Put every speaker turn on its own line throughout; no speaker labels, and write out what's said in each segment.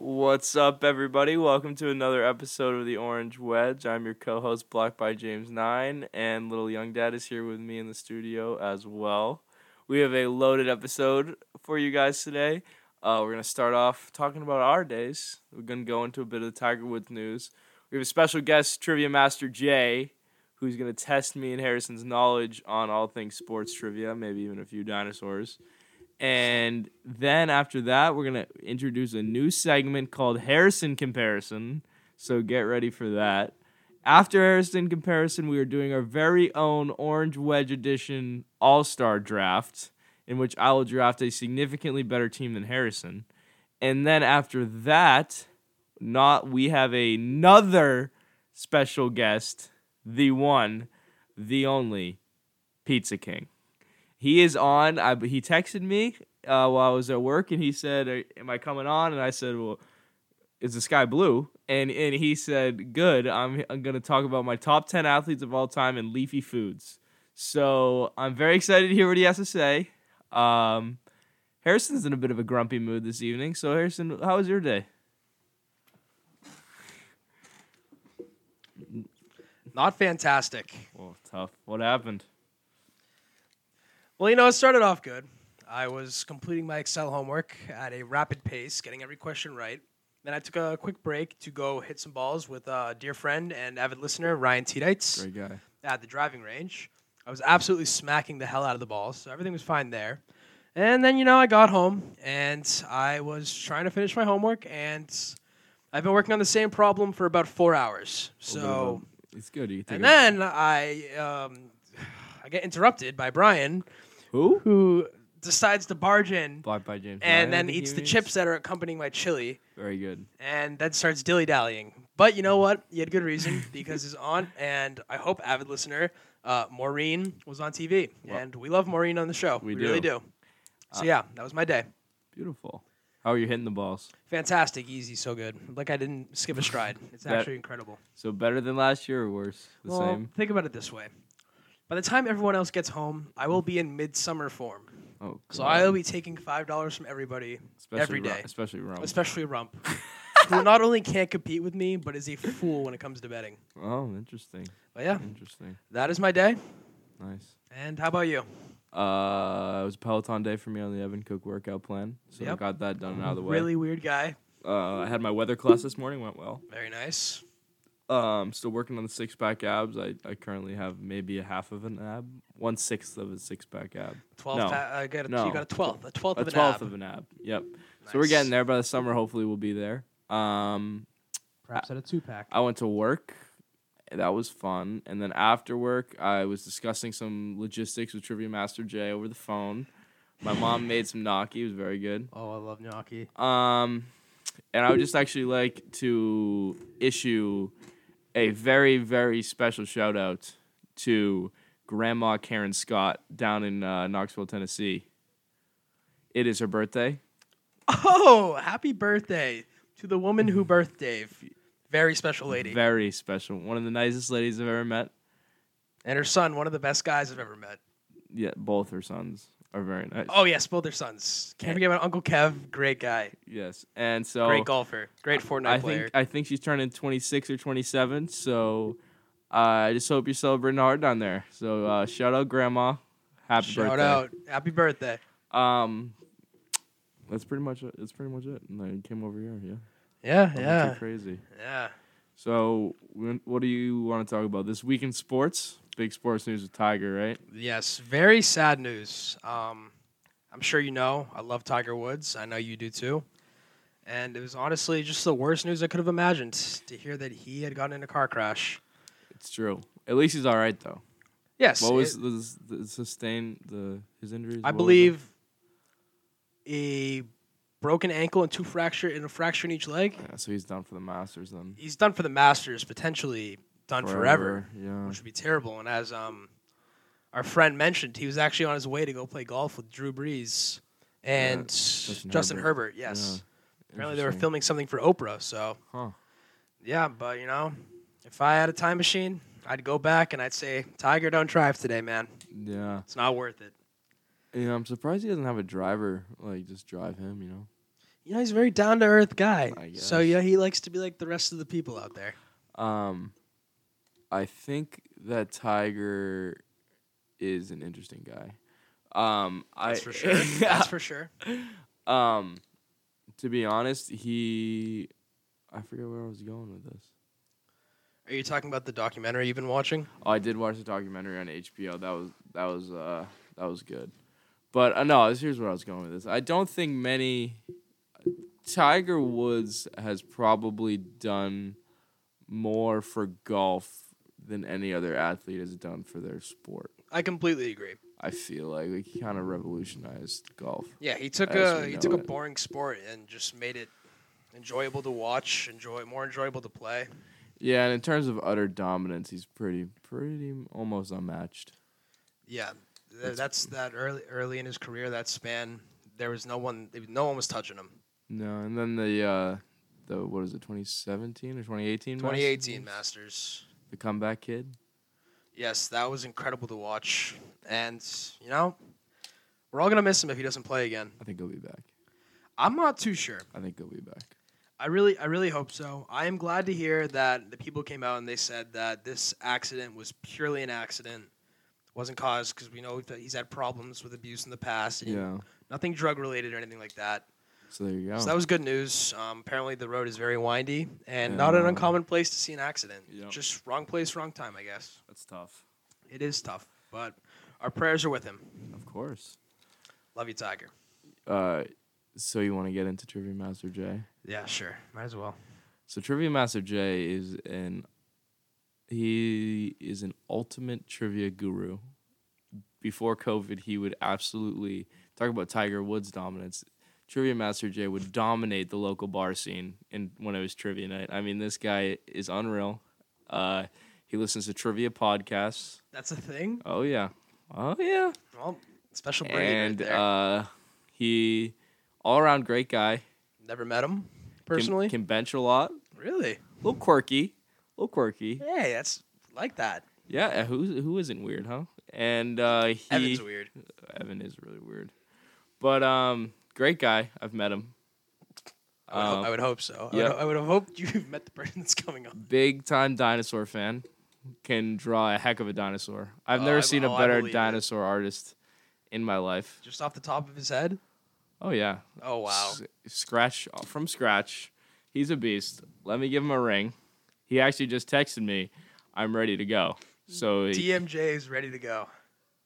What's up, everybody? Welcome to another episode of the Orange Wedge. I'm your co-host, Blocked by James Nine, and Little Young Dad is here with me in the studio as well. We have a loaded episode for you guys today. Uh, we're gonna start off talking about our days. We're gonna go into a bit of the Tiger Woods news. We have a special guest, Trivia Master Jay, who's gonna test me and Harrison's knowledge on all things sports trivia, maybe even a few dinosaurs. And then after that, we're going to introduce a new segment called Harrison Comparison. So get ready for that. After Harrison Comparison, we are doing our very own Orange Wedge Edition All Star Draft, in which I will draft a significantly better team than Harrison. And then after that, not we have another special guest, the one, the only, Pizza King he is on. I, he texted me uh, while I was at work, and he said, "Are- "Am I coming on?" And I said, "Well, is the sky blue?" And and he said, "Good. I'm I'm gonna talk about my top ten athletes of all time and leafy foods." So I'm very excited to hear what he has to say. Um, Harrison's in a bit of a grumpy mood this evening. So Harrison, how was your day?
Not fantastic.
Well, tough. What happened?
Well, you know, it started off good. I was completing my Excel homework at a rapid pace, getting every question right. Then I took a quick break to go hit some balls with a dear friend and avid listener, Ryan Tedites,
guy.
at the driving range. I was absolutely smacking the hell out of the balls, so everything was fine there. And then, you know, I got home and I was trying to finish my homework, and I've been working on the same problem for about four hours. So.
It's good. You
And then I um, I get interrupted by Brian,
who?
who decides to barge in
Blocked by James. Ryan,
and
I
then
think
eats
he
the
means.
chips that are accompanying my chili,
Very good.
and then starts dilly dallying. But you know what? He had good reason because his aunt and I hope avid listener uh, Maureen was on TV,
Well-
and we love Maureen on the show.
We
really
do. Uh,
do. So yeah, that was my day.
Beautiful. How are you hitting the balls?
Fantastic, easy, so good. Like I didn't skip a stride. It's
That-
actually incredible.
So better than last year or worse? The
well,
same.
think about it this way. By the time everyone else gets home, I will be in midsummer form.
Oh,
So
God.
I will be taking five dollars from everybody
especially
every
rum-
day,
especially rum.
especially Rump, who not only can't compete with me, but is a fool when it comes to betting.
oh, interesting.
But yeah,
Interesting.
that is my day.
Nice.
And how about you?
Uh, it was a Peloton day for me on the Evan Cook workout plan, so I
Yep.
got that done and out of the way.
Really weird guy.
Uh, I had my weather class this morning. Went well.
Very nice.
Um, still working on the six pack abs. I, I currently have maybe a half of an ab, one sixth of a six pack ab,
Twelve.
No.
pa- uh, I got a,
No.
You got a twelfth. A twelfth
a
of an
twelfth
ab.
of an ab. Yep. So we're
Nice.
getting there by the summer. Hopefully, we'll be there. Um,
Perhaps at a two pack.
I went to work. That was fun. And then after work, I was discussing some logistics with Trivia Master Jay over the phone. My mom made some gnocchi. It was very good.
Oh, I love gnocchi.
Um, and I would just actually like to issue a very, very special shout out to Grandma Karen Scott down in uh, Knoxville, Tennessee. It is her birthday.
Oh, happy birthday to the woman
Mm.
who birthed Dave. Very special lady.
Very special. One of the nicest ladies I've ever met.
and her son, one of the best guys I've ever met.
Yeah, both her sons are very nice.
Oh yes, both their sons. Can't forget about Uncle Kev. Great guy.
Yes, and so
Great golfer. Great Fortnite
Oh. I
player.
think I think she's turning 26 or 27. So uh, I just hope you're celebrating hard down there. So uh, shout out, Grandma. Happy
Shout
birthday.
out. Happy birthday.
Um, that's pretty much it. That's pretty much it. And then you came over here. Yeah.
Yeah,
Nothing
yeah,
Too crazy.
yeah.
So when- what do you want to talk about this week in sports? Big sports news with Tiger, right?
Yes, very sad news. Um, I'm sure you know I love Tiger Woods. I know you do too. And it was honestly just the worst news I could have imagined to hear that he had gotten in a car crash.
It's true. At least he's all right though.
Yes,
What was
it-
the, the sustain the his injuries?
I
What was it?
believe a broken ankle and two fracture and a fracture in each leg.
Yeah, so he's done for the Masters then.
He's done for the Masters, potentially done forever.
Yeah.
which would be terrible. And as um, our friend mentioned, he was actually on his way to go play golf with Drew Brees and Justin, Herbert. Yes, apparently they were
Interesting.
filming something for Oprah. So
Huh.
yeah, but you know, if I had a time machine, I'd go back and I'd say, Tiger, don't drive today, man.
Yeah.
It's not worth it.
Yeah, I'm surprised he doesn't have a driver, like just drive him, you know.
you know, he's a very down to earth guy.
I
So
guess.
yeah, he likes to be like the rest of the people out there.
Um, I think that Tiger is an interesting guy. Um,
That's
I
for sure. That's for sure.
um, to be honest, he, I forget where I was going with this.
Are you talking about the documentary you've been watching?
Oh, I did watch the documentary on HBO. That was that was uh that was good. But uh, no, this- here's where I was going with this. I don't think many Tiger Woods has probably done more for golf than any other athlete has done for their sport.
I completely agree.
I feel like, like he kind of revolutionized golf.
Yeah, he took
As
a
we
he
know
took a
it.
boring sport and just made it enjoyable to watch, enjoy more enjoyable to play.
Yeah, and in terms of utter dominance, he's pretty pretty almost unmatched.
Yeah, th- that's that early early in his career that span. There was no one, no one was touching him.
No, and then the uh the what is it 2017 or 2018
2018
Masters?
Masters.
The comeback kid.
Yes, that was incredible to watch, and you know, we're all gonna miss him if he doesn't play again.
I think he'll be back.
I'm not too sure.
I think he'll be back.
I really, I really hope so. I am glad to hear that the people came out and they said that this accident was purely an accident, wasn't caused because we know that he's had problems with abuse in the past, and he-
Yeah.
nothing drug related or anything like that.
So there you go.
So that was good news. Um, apparently, the road is very windy and
Yeah.
not an uncommon place to see an accident.
Yep.
Just wrong place, wrong time, I guess.
That's tough.
It is tough, but our prayers are with him.
Of course.
Love you, Tiger.
Uh, so you want to get into Trivia Master J?
Yeah, sure. Might as well.
So Trivia Master J is an he is an ultimate trivia guru. Before COVID, he would absolutely talk about Tiger Woods dominance. Trivia Master J would dominate the local bar scene in when it was trivia night. I mean, this guy is unreal. Uh, he listens to trivia podcasts.
That's a thing.
Oh yeah. Oh yeah.
Well, special breed
and
right there.
uh, he all around great guy. Can-
Never met him personally.
can, bench a lot. A
really?
little quirky, a little quirky.
Hey, that's like that.
Yeah, who who isn't weird, huh? And uh, he
Evan's weird.
Evan is really weird, but um, great guy. I've met him.
I would, ho-
Um,
I would hope so. I,
yeah.
would, ho- I would have hoped you met the person that's coming on.
Big time dinosaur fan. Can draw a heck of a dinosaur. I've
Oh,
never
I-
seen
oh,
a
I
better
believe it.
dinosaur artist in my life.
Just off the top of his head.
Oh yeah,
Oh wow.
S- scratch uh, from scratch. He's a beast. Let me give him a ring. He actually just texted me. I'm ready to go. So he-
DMJ is ready to go.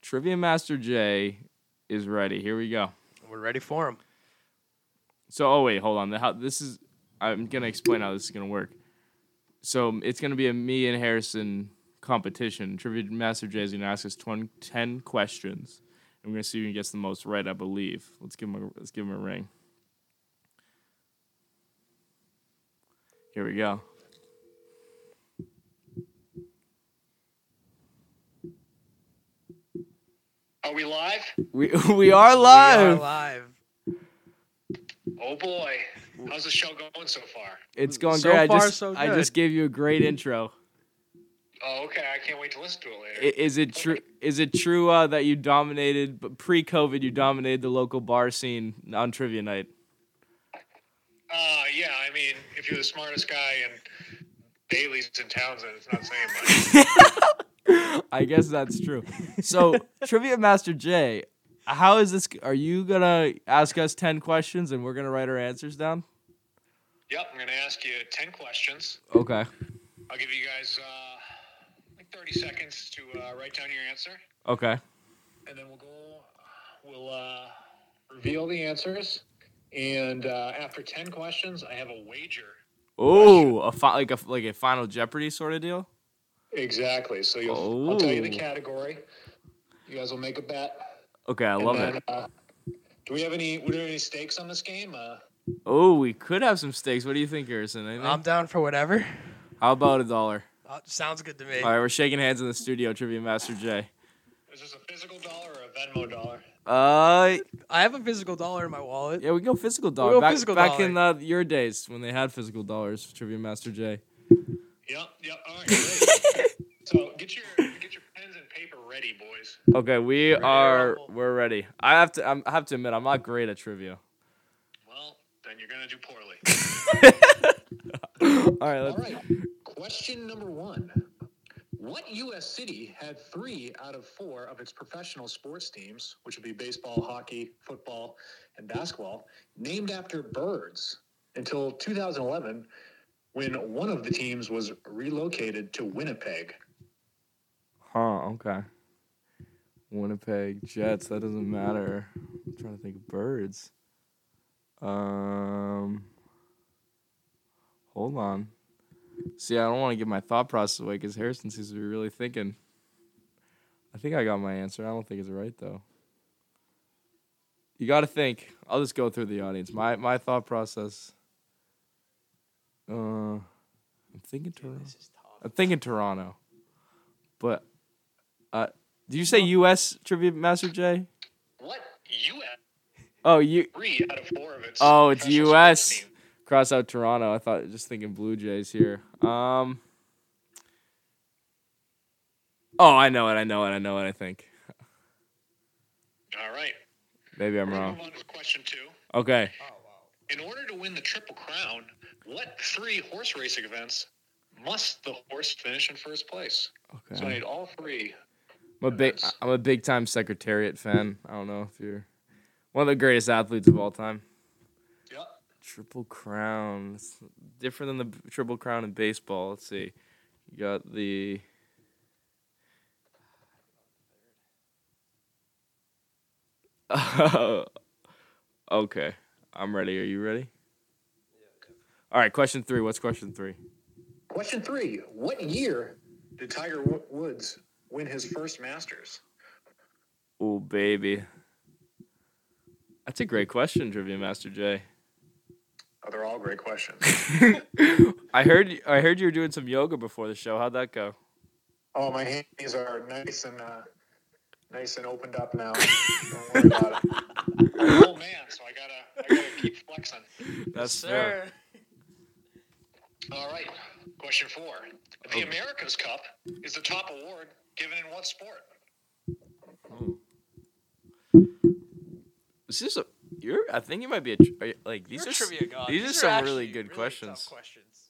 Trivia Master J is ready. Here we go.
We're ready for him.
So oh wait, hold on. The, how, this is I'm gonna explain how this is gonna work. So it's gonna be a me and Harrison competition. Trivia Master J is gonna ask us 20, 10 questions. I'm gonna see who gets the most right. I believe. Let's give him a let's give him a ring. Here we go.
Are we live?
We we are live.
We are live.
Oh boy. How's the show going so far?
It's going
So
great. I
far,
just
so
I just gave you a great intro.
Oh, okay. I can't wait to listen to it
I-
later.
Is it true? Is it true uh, that you dominated but pre-COVID? You dominated the local bar scene on trivia night.
uh, yeah, I mean, if you're the smartest guy in Bailey's and Townsend, it's not saying much.
I guess that's true. So trivia master Jay, how is this? Are you gonna ask us ten questions and we're gonna write our answers down?
yep, I'm going to ask you 10 questions.
Okay.
I'll give you guys uh, like 30 seconds to uh, write down your answer,
Okay.
and then we'll go, we'll uh, reveal the answers. And uh, after 10 questions, I have a wager.
Oh, a fi- like a like a Final Jeopardy sort of deal.
Exactly. So you'll,
Oh.
I'll tell you the category. You guys will make a bet.
Okay, I love it.
Uh, do we have any? Were there any stakes on this game? Uh,
Oh, we could have some stakes. What do you think, Harrison? Anything?
I'm down for whatever.
How about a dollar?
Uh, sounds good to me.
All right, we're shaking hands in the studio, Trivia Master Jay.
is this a physical dollar or a Venmo dollar?
Uh,
I have a physical dollar in my wallet.
yeah, we go physical dollar.
go
back
physical
back in uh, your days when they had physical dollars, Trivia Master Jay.
Yep. Yep. All right. Great. so get your get your pens and paper ready, boys.
Okay, we
to
are
rumble.
we're ready. I have to I'm, I have to admit I'm not great at trivia.
Well, then you're gonna do poorly.
All right,
All
let's.
right. Question number one. What U.S. city had three out of four of its professional sports teams, which would be baseball, hockey, football, and basketball, named after birds until 2011 when one of the teams was relocated to Winnipeg?
Huh, okay. Winnipeg Jets, that doesn't matter. I'm trying to think of birds. Um Hold on. See, I don't want to give my thought process away cuz Harrison seems to be really thinking. I think I got my answer. I don't think it's right though. You got to think. I'll just go through the audience. My my thought process uh I'm thinking Toronto.
This is tough.
I'm thinking Toronto. But uh do you say US trivia master J?
What U.S.
Oh you
three out of four of its
Oh, it's
professional
US.
sports teams?
cross out Toronto. I thought just thinking Blue Jays here. Um Oh, I know it, I know it, I know it, I think.
All right.
Maybe I'm
We're gonna
wrong.
move on to question two.
Okay.
Oh, wow.
In order to win the Triple Crown, what three horse racing events must the horse finish in first place? So I
Okay.
need all three.
I'm a big I'm a big time secretariat fan. I don't know if you're one of the greatest athletes of all time.
Yep.
Triple Crown. It's different than the b- Triple Crown in baseball. Let's see. You got the. okay. I'm ready. Are you ready? All right. Question three. What's question three?
Question three: What year did Tiger Wo- Woods win his first Masters?
Oh, baby. That's a great question, Trivia Master J.
Oh, they're all great questions.
I heard I heard you were doing some yoga before the show. How'd that go?
oh, my hands are nice and uh, nice and opened up now. Don't worry about it. I'm an old man, so I gotta, I gotta keep flexing.
That's fair.
Sir.
All right. Question four. The America's Cup is the top award given in what sport?
Is this a? You're. I think you might be a. tr- Are you, like these
You're
are
a
s-
trivia god.
These, are, some really
actually
good
tough
questions.
questions.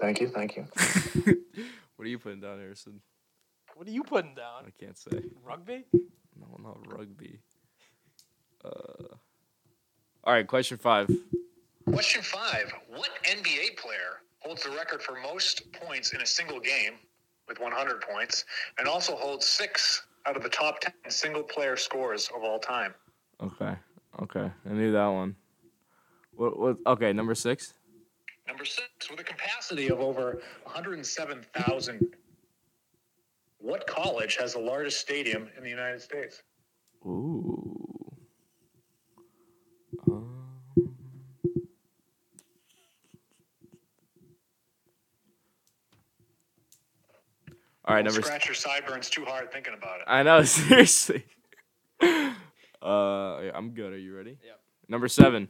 Thank you. Thank you.
what are you putting down, Harrison?
What are you putting down?
I can't say.
Rugby?
No, not rugby. Uh. All right, question five.
Question five. What NBA player holds the record for most points in a single game with 100 points and also holds six out of the top 10 single player scores of all time?
Okay. Okay. I knew that one. What? What? Okay. Number six.
Number six, with a capacity of over 107,000. What college has the largest stadium in the United States?
Ooh. Um, All right,
Don't
number. s-
Scratch your sideburns too hard thinking about it.
I know, seriously. uh, yeah, I'm good. Are you ready?
Yep.
Number seven.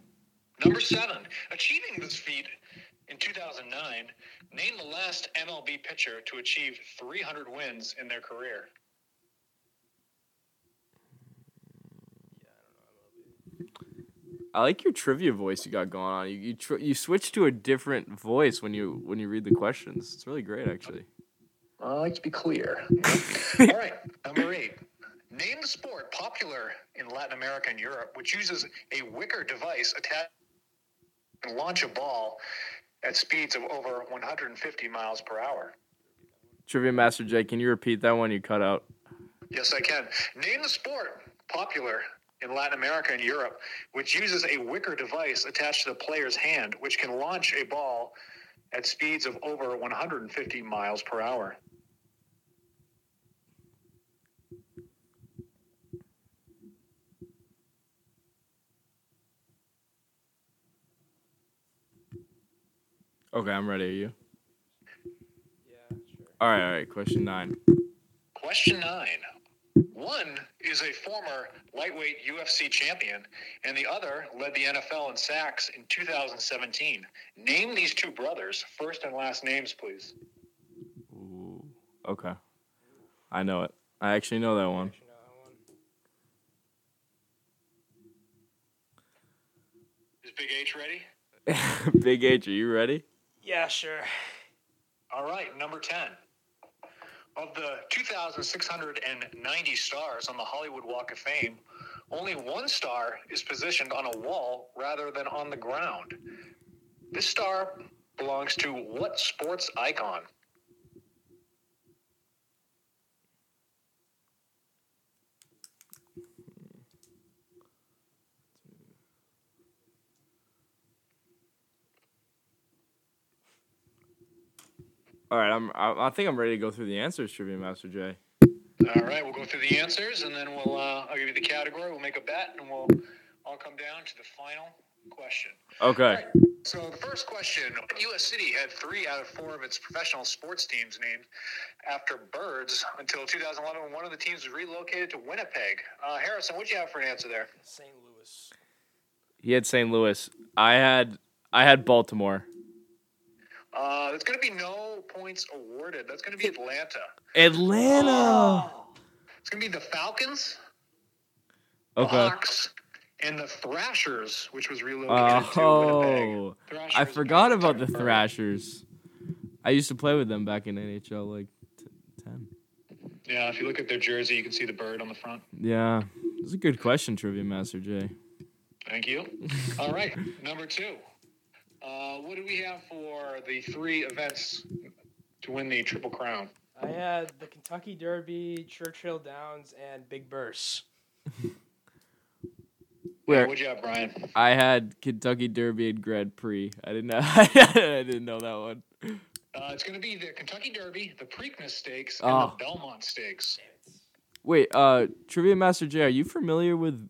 Number seven, achieving this feat in 2009, name the last MLB pitcher to achieve 300 wins in their career.
I like your trivia voice you got going on. You you, tr- you switch to a different voice when you when you read the questions. It's really great, actually.
I like to Uh, be clear. All right, number eight, name the sport popular in Latin America and Europe, which uses a wicker device attached and launch a ball at speeds of over 150 miles per hour.
Trivia Master J, can you repeat that one you cut out?
Yes, I can. Name the sport popular in Latin America and Europe, which uses a wicker device attached to the player's hand, which can launch a ball at speeds of over 150 miles per hour.
Okay, I'm ready. Are you?
Yeah, sure.
All right, all right. Question nine.
Question nine. One is a former lightweight UFC champion, and the other led the NFL in sacks in 2017. Name these two brothers, first and last names, please.
Ooh, okay. I know it. I actually know that one.
Actually, no, that one.
Is Big H ready?
Big H, are you ready?
Yeah, sure.
All right, number 10. Of the 2,690 stars on the Hollywood Walk of Fame, only one star is positioned on a wall rather than on the ground. This star belongs to what sports icon?
All right, I'm. I, I think I'm ready to go through the answers, Trivia Master J.
All right, we'll go through the answers and then we'll uh, I'll give you the category. We'll make a bet and we'll all come down to the final question.
Okay.
So, first question U.S. City had three out of four of its professional sports teams named after birds until 2011 when one of the teams was relocated to Winnipeg. Uh, Harrison, what do you have for an answer there?
St. Louis.
He had St. Louis. I had. I had Baltimore.
Uh, there's going to be no points awarded. That's going to be Atlanta.
Atlanta.
It's going to be the Falcons, the
Okay.
Hawks, and the Thrashers, which was relocated to Winnipeg.
Oh, I
Thrashers
forgot
being
about the
Pittsburgh.
Thrashers. I used to play with them back in NHL like t- ten.
Yeah, if you look at their jersey, you can see the bird on the front.
Yeah, that's a good question, Trivia Master J.
Thank you. All right, number two. Uh, what do we have for the three events to win the Triple Crown?
I had the Kentucky Derby, Churchill Downs, and Big Burst.
Where
What'd you have, Brian?
I had Kentucky Derby and Grand Prix. I didn't know. I didn't know that one.
Uh, it's going to be the Kentucky Derby, the Preakness Stakes, and
Oh.
the Belmont Stakes.
Wait, uh, Trivia Master J, are you familiar with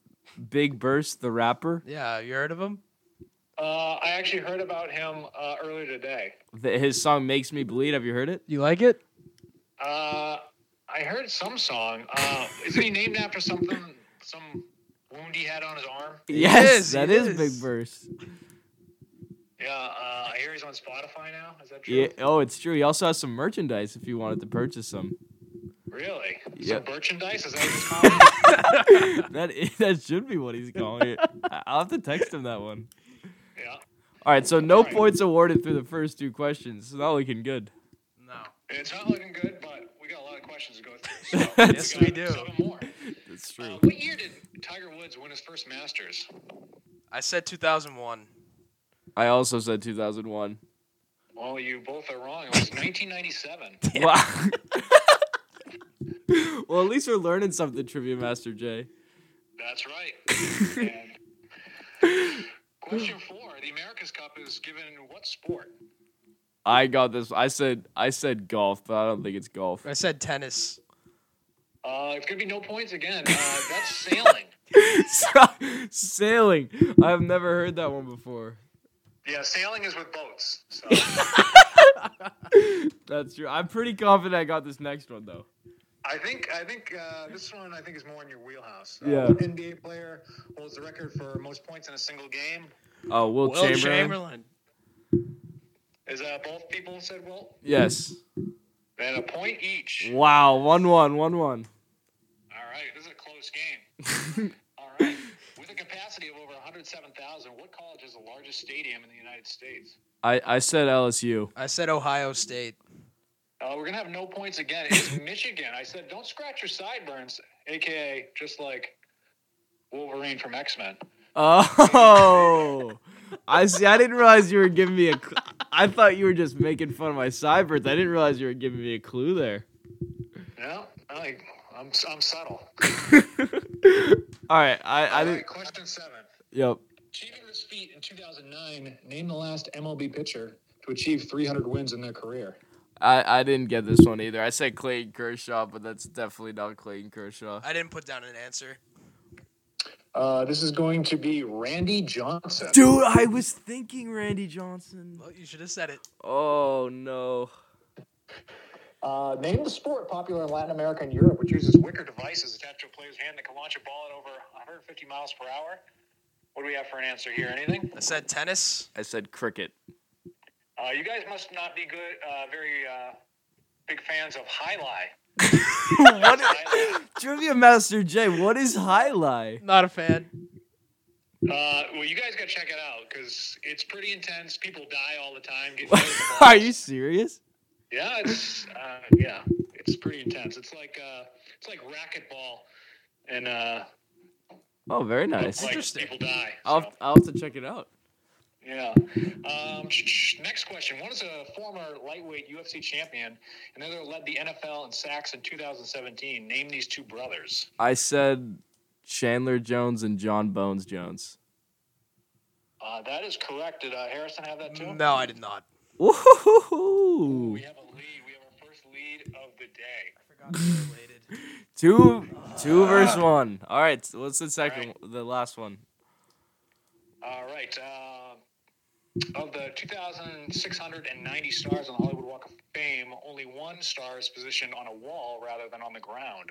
Big Burst the rapper?
Yeah, you heard of him?
Uh, I actually heard about him uh, earlier today.
The, his song "Makes Me Bleed." Have you heard it?
You like it?
Uh, I heard some song. Uh, isn't he named after something? Some wound he had on his arm?
is,
that
it
is,
is.
Big Burst.
Yeah, uh, I hear he's on Spotify now. Is that true?
Yeah. Oh, it's true. He also has some merchandise if you wanted to purchase some.
Really?
Yeah.
So merchandise is that what it's called?
that i- that should be what he's calling it. I- I'll have to text him that one.
yeah.
All right, so no
All right.
points awarded through the first two questions. So not looking good.
No.
It's not looking good, but we got a lot of questions to go through. So
Yes, we
got
do.
Seven more.
That's
Uh,
true.
what year did Tiger Woods win his first Masters?
I said 2001.
I also said 2001.
Well, you both are wrong. It was 1997.
Wow. well, at least we're learning something, Trivia Master J.
That's right. And question four: The America's Cup is given in what sport?
I got this. I said I said golf, but I don't think it's golf.
I said tennis.
Uh, it's gonna be no points again. Uh, that's sailing.
Sailing. I've never heard that one before.
Yeah, sailing is with boats. So.
That's true. I'm pretty confident I got this next one though.
I think I think uh, this one I think is more in your wheelhouse. Uh,
Yeah.
NBA player holds the record for most points in a single game.
Oh, Will, Chamberlain.
Is uh, both people said well,
Yes.
and a point each.
Wow. One one. One one.
All right, this is a close game. All right, with a capacity of over 107,000, what college is the largest stadium in the United States?
I I said LSU.
I said Ohio State.
Uh, we're gonna have no points again. It's Michigan. I said, don't scratch your sideburns, aka just like Wolverine from X Men.
Oh. I see. I didn't realize you were giving me a. Cl- I thought you were just making fun of my sideburns. I didn't realize you were giving me a clue there.
No, I, I'm I'm subtle.
All right. I I
All
didn't.
right, question seven.
Yep.
Achieving this feat in 2009, name the last MLB pitcher to achieve 300 wins in their career.
I, I didn't get this one either. I said Clayton Kershaw, but that's definitely not Clayton Kershaw.
I didn't put down an answer.
Uh, this is going to be Randy Johnson.
Dude, I was thinking Randy Johnson.
Well, you should have said it.
Oh no.
Uh, name the sport popular in Latin America and Europe, which uses wicker devices attached to a player's hand that can launch a ball at over 150 miles per hour. What do we have for an answer here? Anything?
I said tennis.
I said cricket.
Uh, you guys must not be good, uh, very uh, big fans of High Lie.
what is, Trivia Master J, what is High Lie?
Not a fan.
Uh, well, you guys got to check it out because it's pretty intense. People die all the time. Get
Are you serious?
Yeah, it's uh, yeah, it's pretty intense. It's like uh, it's like racquetball, and uh,
Oh, very nice.
like
Interesting.
people die.
I'll
so.
have, I'll have to check it out.
Yeah. Um, sh- sh- next question. One is a former lightweight UFC champion, and the other led the NFL in sacks in 2017. Name these two brothers.
I said Chandler Jones and John Bones Jones.
Uh, that is correct. Did uh, Harrison have that too?
No, I did not.
We
Woohoo!
have a lead. We have our first lead of the day.
I forgot they were related.
Two two verse one. All right, so what's the second, the last one?
All right. Uh, of the 2,690 stars on the Hollywood Walk of Fame, only one star is positioned on a wall rather than on the ground.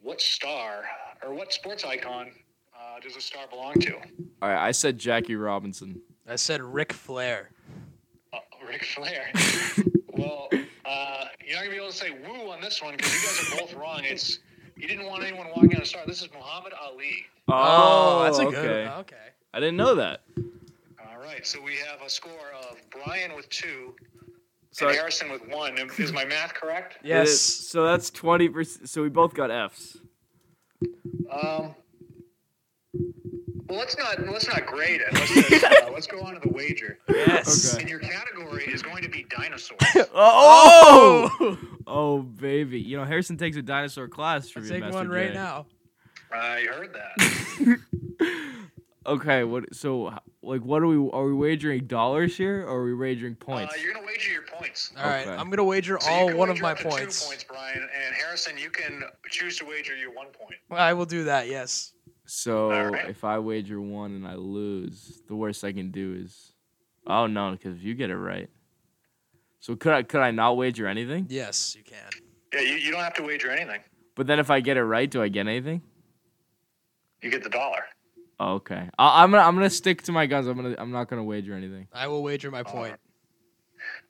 What star or what sports icon uh, does a star belong to?
All right, I said Jackie Robinson.
I said Ric Flair.
Uh, Ric Flair. well, uh, you're not gonna be able to say woo on this one because you guys are both wrong. It's you didn't want anyone walking on a star. This is Muhammad Ali.
Oh,
Oh, that's a good.
okay.
Okay.
I didn't know that.
All right, so we have a score of Brian with two
So
and Harrison with one. Am- Is my math correct?
it-
Yes.
so that's twenty percent. So we both got Fs.
Um. Well, let's not let's not grade it. Let's, just, uh, let's go on to the wager.
Yes.
Okay.
And your category is going to be dinosaurs.
Oh! Oh baby, you know Harrison takes a dinosaur class.
I'm
Trivia
taking
Master
one right
Jay.
now.
I heard that.
Okay, what? So h- like, what are we? Are we wagering dollars here, or are we wagering
Uh,
points?
you're gonna wager your points.
All right,
Okay.
I'm gonna wager
So you
all
can
one of
wager
my
up to Two
points.
points, Brian and Harrison. You can choose to wager your one point.
I will do that. Yes.
so
All right.
if I wager one and I lose, the worst I can do is, oh no, because if you get it right, so could I could I not wager anything?
Yes, you can.
Yeah, you, you don't have to wager anything.
But then if I get it right, do I get anything?
You get the dollar.
Okay, I, I'm gonna I'm gonna stick to my guns. I'm gonna I'm not gonna wager anything.
I will wager my point.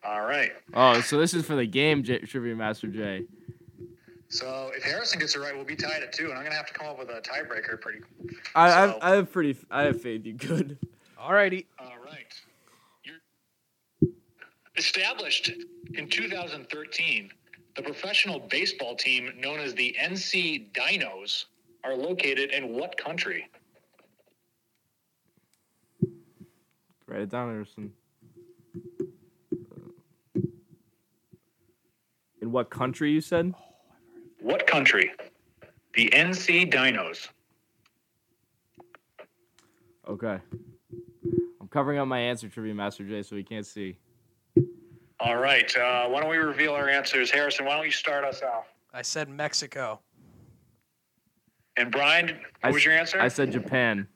All right.
Oh, so this is for the game, J- Trivia Master J.
So if Harrison gets it right, we'll be tied at two, and I'm gonna have to come up with a tiebreaker. Pretty.
I I
So-
have, I have pretty I have faith you could.
All righty.
All right. You're established in 2013, the professional baseball team known as the NC Dinos are located in what country?
Write it down, Anderson. In what country you said?
What country? The NC Dinos.
Okay. I'm covering up my answer, Trivia Master J, so he can't see.
All right. Uh, why don't we reveal our answers, Harrison? Why don't you start us off?
I said Mexico.
And Brian, what
I
was
s-
your answer?
I said Japan.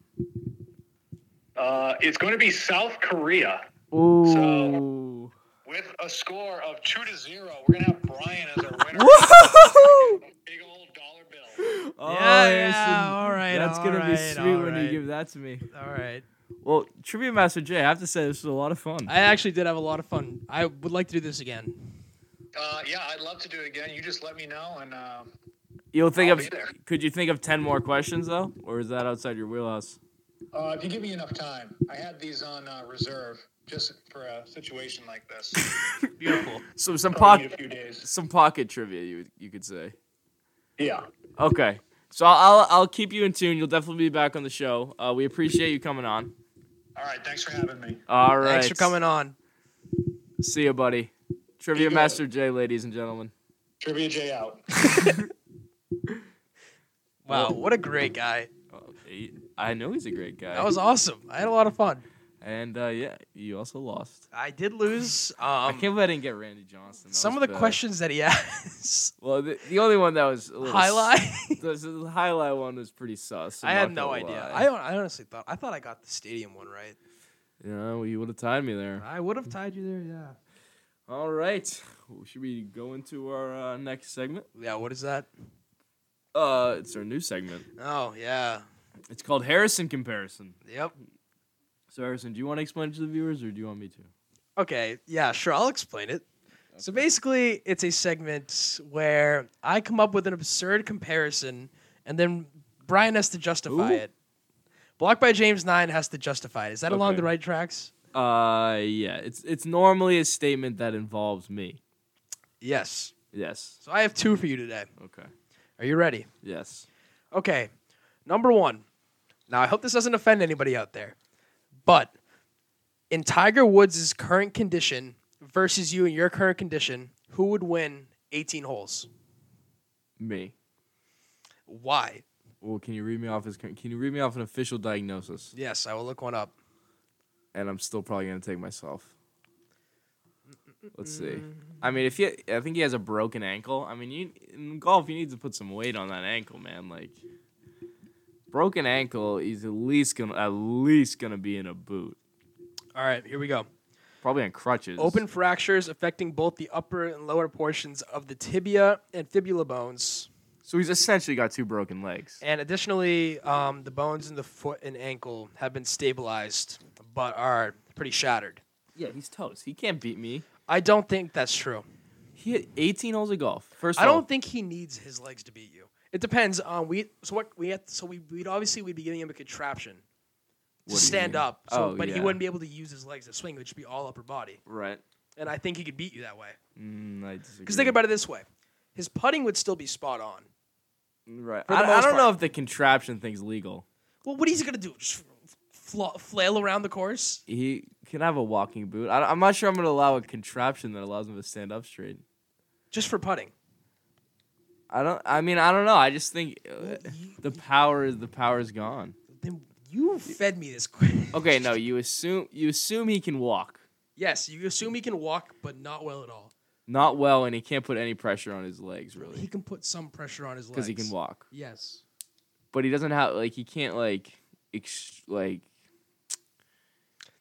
uh, it's going to be South Korea
Ooh.
with a score of two to zero. We're going to have Brian as our winner.
Woohoo!
Big old dollar bill.
Oh,
Yeah, yeah,
Anderson,
all right,
That's
all
gonna be
right,
sweet
all
when you
right.
give that to me.
All right.
Well, Trivia Master J, I have to say this was a lot of fun.
I actually did have a lot of fun. I would like to do this again.
Uh, yeah, I'd love to do it again. You just let me know, and uh,
You'll think of
I'll be there.
could you think of ten more questions though? Or is that outside your wheelhouse?
uh, if you give me enough time, I have these on uh, reserve just for a situation like this.
Beautiful.
So some
Probably
pocket
need a few days.
some pocket trivia you you could say.
Yeah.
Okay. So I'll I'll- I'll keep you in tune. You'll definitely be back on the show. Uh, we appreciate you coming on.
All right. Thanks for having me.
All right.
Thanks for coming on.
See you, buddy. Trivia
You got
Master J, ladies and gentlemen.
Trivia J out.
Wow, what a great guy.
I know he's a great guy.
That was awesome. I had a lot of fun.
and uh, yeah, you also lost.
I did lose. Um,
I can't believe I didn't get Randy Johnson. That
some of
was
the
bad.
questions that he asked.
Well, the, the only one that was a little
Highlight.
s- the, the highlight one was pretty sus. I'm
I
not
had no
gonna
idea.
lie.
I, hon- I honestly thought I thought I got the stadium one right.
you know, you would have tied me there.
I would have tied you there. Yeah.
All right, should we go into our uh, next segment?
Yeah. What is that?
Uh, it's our new segment.
Oh yeah.
It's called Harrison comparison.
Yep.
So Harrison, do you want to explain it to the viewers, or do you want me to?
Okay, yeah, sure. I'll explain it. So basically, it's a segment where I come up with an absurd comparison, and then Brian has to justify
Ooh.
it. Blocked by James Nine has to justify it. Is that along
Okay.
the right tracks?
Uh, yeah. It's it's normally a statement that involves me.
Yes.
Yes.
So I have two for you today.
Okay.
Are you ready?
Yes.
Okay. Number one. Now, I hope this doesn't offend anybody out there, but in Tiger Woods' current condition versus you in your current condition, who would win 18 holes?
Me.
Why?
Well, can you read me off his? Can you read me off an official diagnosis?
Yes, I will look one up.
And I'm still probably gonna take myself. Let's see. I mean, if he, I think he has a broken ankle. I mean, you in golf, you need to put some weight on that ankle, man. Like broken ankle, he's at least gonna at least gonna be in a boot,
All right, here we go.
probably on crutches.
Open fractures affecting both the upper and lower portions of the tibia and fibula bones,
So he's essentially got two broken legs.
and additionally, um, the bones in the foot and ankle have been stabilized but are pretty shattered.
Yeah, he's toast. He can't beat me.
I don't think that's true.
He hit 18 holes of golf. First,
I
off,
don't think he needs his legs to beat you. It depends on we. So what we had. So we we'd obviously we'd be giving him a contraption
What do
to
you
stand
mean?
up. So,
Oh,
but he
yeah.
wouldn't be able to use his legs to swing. It would just be all upper body.
Right.
And I think he could beat you that way.
Mm, I disagree.
Because think about it this way: his putting would still be spot on.
Right.
for the
I, I
most
don't know
part.
if the contraption thing's legal.
Well, what is he gonna do? Just f- fla- flail around the course?
He can have a walking boot. I, am not sure I'm going to allow a contraption that allows him to stand up straight.
Just for putting?
I don't. I mean, I don't know. I just think uh,
you-
the power the power's gone.
Then you fed me this question.
Okay, no. You assume you assume he can walk,
Yes, you assume he can walk, but not well at all.
not well, and he can't put any pressure on his legs
He
really
can put some pressure on his legs
because he can walk.
Yes.
But he doesn't have like he can't like ex- like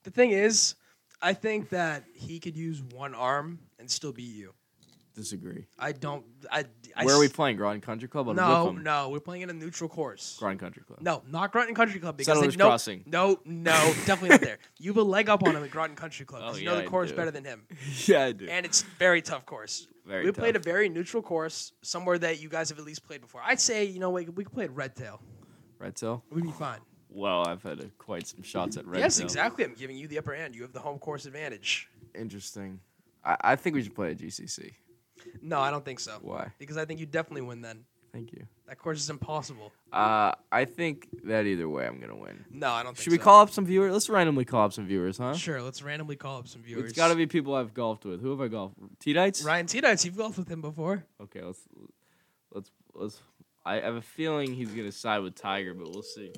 The thing is, I think that he could use one arm and still beat you.
disagree.
I don't. I. I
Where are we
s-
playing? Groton Country Club on
No,
Wickham?
no, we're playing in a neutral course.
Groton Country Club.
No, not Groton Country Club because
Settlers
they, no,
Crossing.
no, no, definitely not there. You have a leg up on him at Groton Country Club because
Oh,
you know
yeah,
the
I
course
do.
better than him,
yeah, I do.
and it's very tough course.
Very
we played a
tough.
very neutral course somewhere that you guys have at least played before. I'd say you know we we could play at Red Tail.
Red Tail.
We'd be fine.
Well, I've had uh quite some shots at Red
yes,
Tail.
exactly. I'm giving you the upper hand. You have the home course advantage.
Interesting. I, I think we should play at GCC.
No, I don't think so.
Why?
Because I think you definitely win then.
Thank you.
That course is impossible.
Uh, I think that either way, I'm gonna win.
No, I don't. Think
Should we
so.
call up some viewers? Let's randomly call up some viewers, huh?
Sure. Let's randomly call up some viewers.
It's got to be people I've golfed with. Who have I golfed? T Dites.
Ryan Tidites. You've golfed with him before.
Okay, let's let's let's. I have a feeling he's gonna side with Tiger, but we'll see.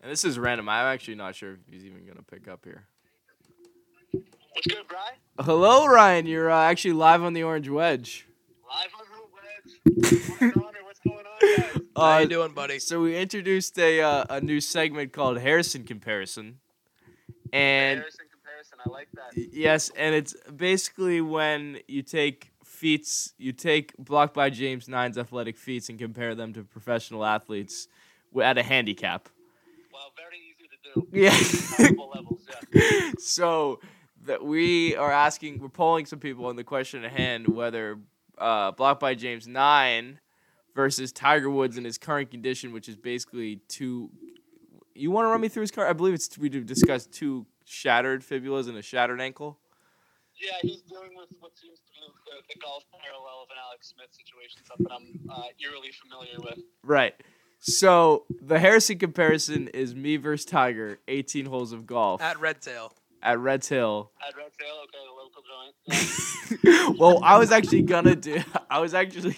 And this is random. I'm actually not sure if he's even gonna pick up here.
What's good, Brian?
Hello, Ryan. You're uh, actually live on the Orange Wedge.
Live on Root Webs. What's going on here? What's going on, guys?
How
Uh,
you doing, buddy?
So we introduced a uh, a new segment called Harrison Comparison, and
Comparison, comparison. I like that.
yes, and it's basically when you take feats, you take blocked by James Nine's athletic feats and compare them to professional athletes wi- at a handicap.
Well, very easy to do.
Yeah.
Multiple levels, yeah.
so that we are asking, we're polling some people on the question at hand whether uh, blocked by James Nine versus Tiger Woods in his current condition, which is basically two. You want to run me through his car? I believe it's we discussed two shattered fibulas and a shattered ankle.
Yeah, he's dealing with what seems to be the, the golf parallel of an Alex Smith situation, something I'm uh, eerily familiar with.
Right. So the Harrison comparison is me versus Tiger, 18 holes of golf
At Red Tail.
at Reds Hill.
I'd red tail, okay, the local joint. Yeah.
well, I was actually gonna do. I was actually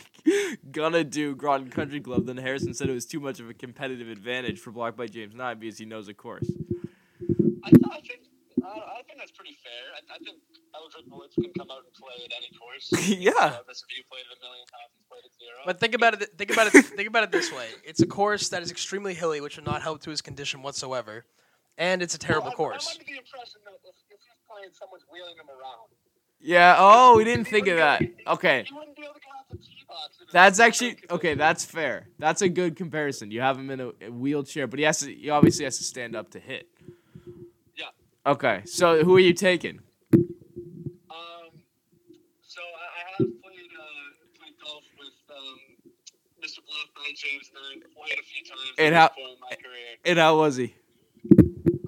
gonna do Groton Country Club. Then Harrison said it was too much of a competitive advantage for Block by James Nine because he knows the course.
I, th- I think. I, I think that's pretty fair. I, I think Eldred Woods can come out and play at any course.
Yeah.
Regardless if you played it a million times and played it zero.
But think about it. Think about it. think about it this way. It's a course that is extremely hilly, which will not help to his condition whatsoever, and it's a terrible
I'm- I'm
course.
under the impression that if, if he's playing, someone's wheeling him around.
Yeah. Oh, we didn't think of that. Okay,
He wouldn't be able to come out the tee box if it
that's
was
actually
broken.
okay. That's fair. That's a good comparison. You have him in a, a wheelchair, but he has to. He obviously has to stand up to hit.
Yeah.
Okay. So who are you taking?
Um, so I, I have played uh, played golf um, on James Nine quite a few times
And
at
how-
this point in my career.
And how was he?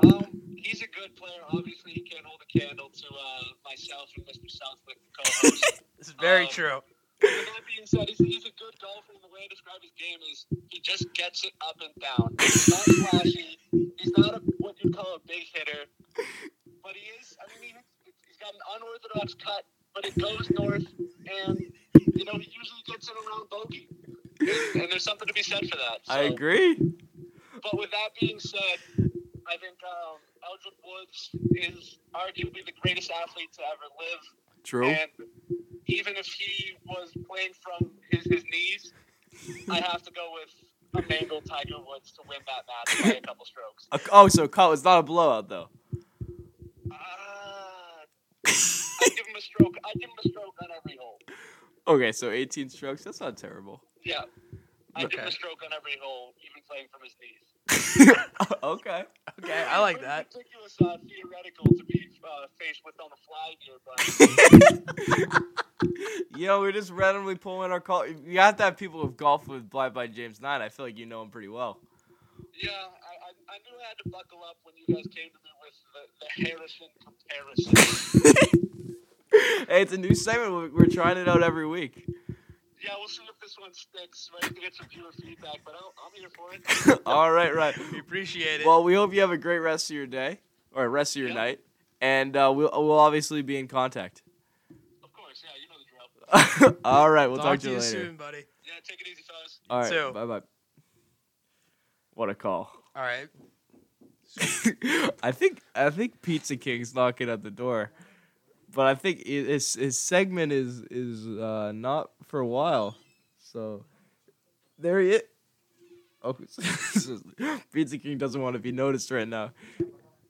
Um, he's a good player. Obviously, he can't hold a candle to uh, myself and Mr. Southwick, the co-host.
This is very
Um,
true.
With that being said, he's, he's a good golfer, and the way I describe his game is he just gets it up and down. He's not flashy. He's not a, what you'd call a big hitter, but he is. I mean, he, he's got an unorthodox cut, but it goes north, and you know he usually gets it around bogey. And, and there's something to be said for that.
I
so.
agree.
But with that being said, I think um, Eldrick Woods is arguably the greatest athlete to ever live.
True.
And even if he was playing from his, his knees, I have to go with a mangled Tiger Woods to win that match by a couple strokes.
A- oh, so Col- it's not a blowout though.
Uh, Ah, I give him a stroke. I give him a stroke on every hole.
Okay, so 18 strokes. That's not terrible.
Yeah. I give him a
Okay.
stroke on every hole, even playing from his knees.
okay.
Okay, I like that.
Pretty Ridiculous, uh, theoretical to be uh, faced with on the fly here, but
Yo, we're just randomly pulling our call. You have to have people who've golfed with Blind by James Nine. I feel like you know him pretty well.
Yeah, I, I, I knew I had to buckle up when you guys came to me with the, the Harrison comparison.
Hey, it's a new segment. We're- We're trying it out every week.
yeah, we'll see if this one sticks. Might have to get some viewer feedback, but I'll, I'm here for it.
All right, right.
We appreciate it.
Well, we hope you have a great rest of your day or rest of your
Yeah.
night, and uh, we'll we'll obviously be in contact.
Of course, yeah, you know the drill.
All right, we'll
talk, to you
later.
soon, buddy.
Yeah, take it easy, fellas.
All right,
too.
bye bye. What a call!
All right.
I think I think Pizza King's knocking at the door, but I think i- his his segment is is uh, not for a while. So there he is. Oh, Pizza King doesn't want to be noticed right now.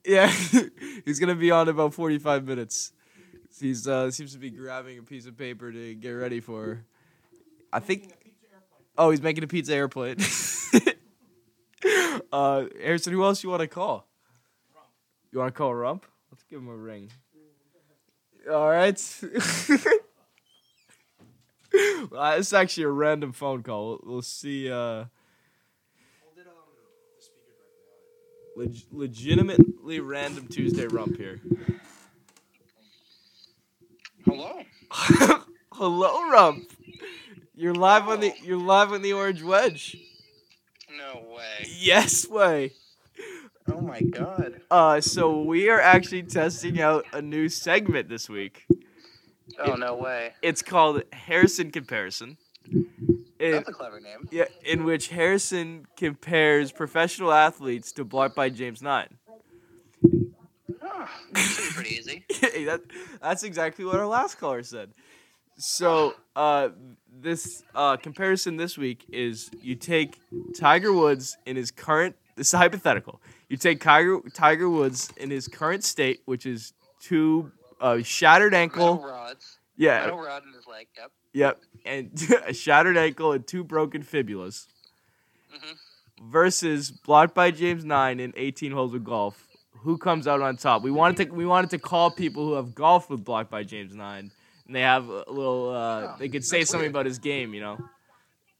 Yeah, he's gonna be on in about forty five minutes. He's uh, seems to be grabbing a piece of paper to get ready for. I think. Oh, he's making a pizza airplane. uh, Harrison, who else you want to call? You want to call Rump? Let's give him a ring. All right. well, it's actually a random phone call. We'll, we'll see. Uh, leg- legitimately random Tuesday Rump here.
Hello?
Hello, Rump. You're live on the you're live on the Orange Wedge.
No way.
Yes way.
Oh my god.
Uh, so we are actually testing out a new segment this week.
Oh, no way.
It's called Harrison Comparison. It-
That's a clever name.
yeah, in which Harrison compares professional athletes to Blocked by James Nine.
Oh, that's pretty easy.
Hey, that, that's exactly what our last caller said. So uh, this uh, comparison this week is you take Tiger Woods in his current this is hypothetical. You take Tiger Tiger Woods in his current state, which is two uh, shattered
metal
ankle,
rods,
yeah,
metal rod in his leg. Yep.
yep, and a shattered ankle and two broken fibulas,
Mhm.
versus blocked by James Nine in 18 holes of golf. Who comes out on top? We wanted to we wanted to call people who have golfed with blocked by James Nine, and they have a little uh, they could say
Oh, that's
something
weird.
about his game, you know.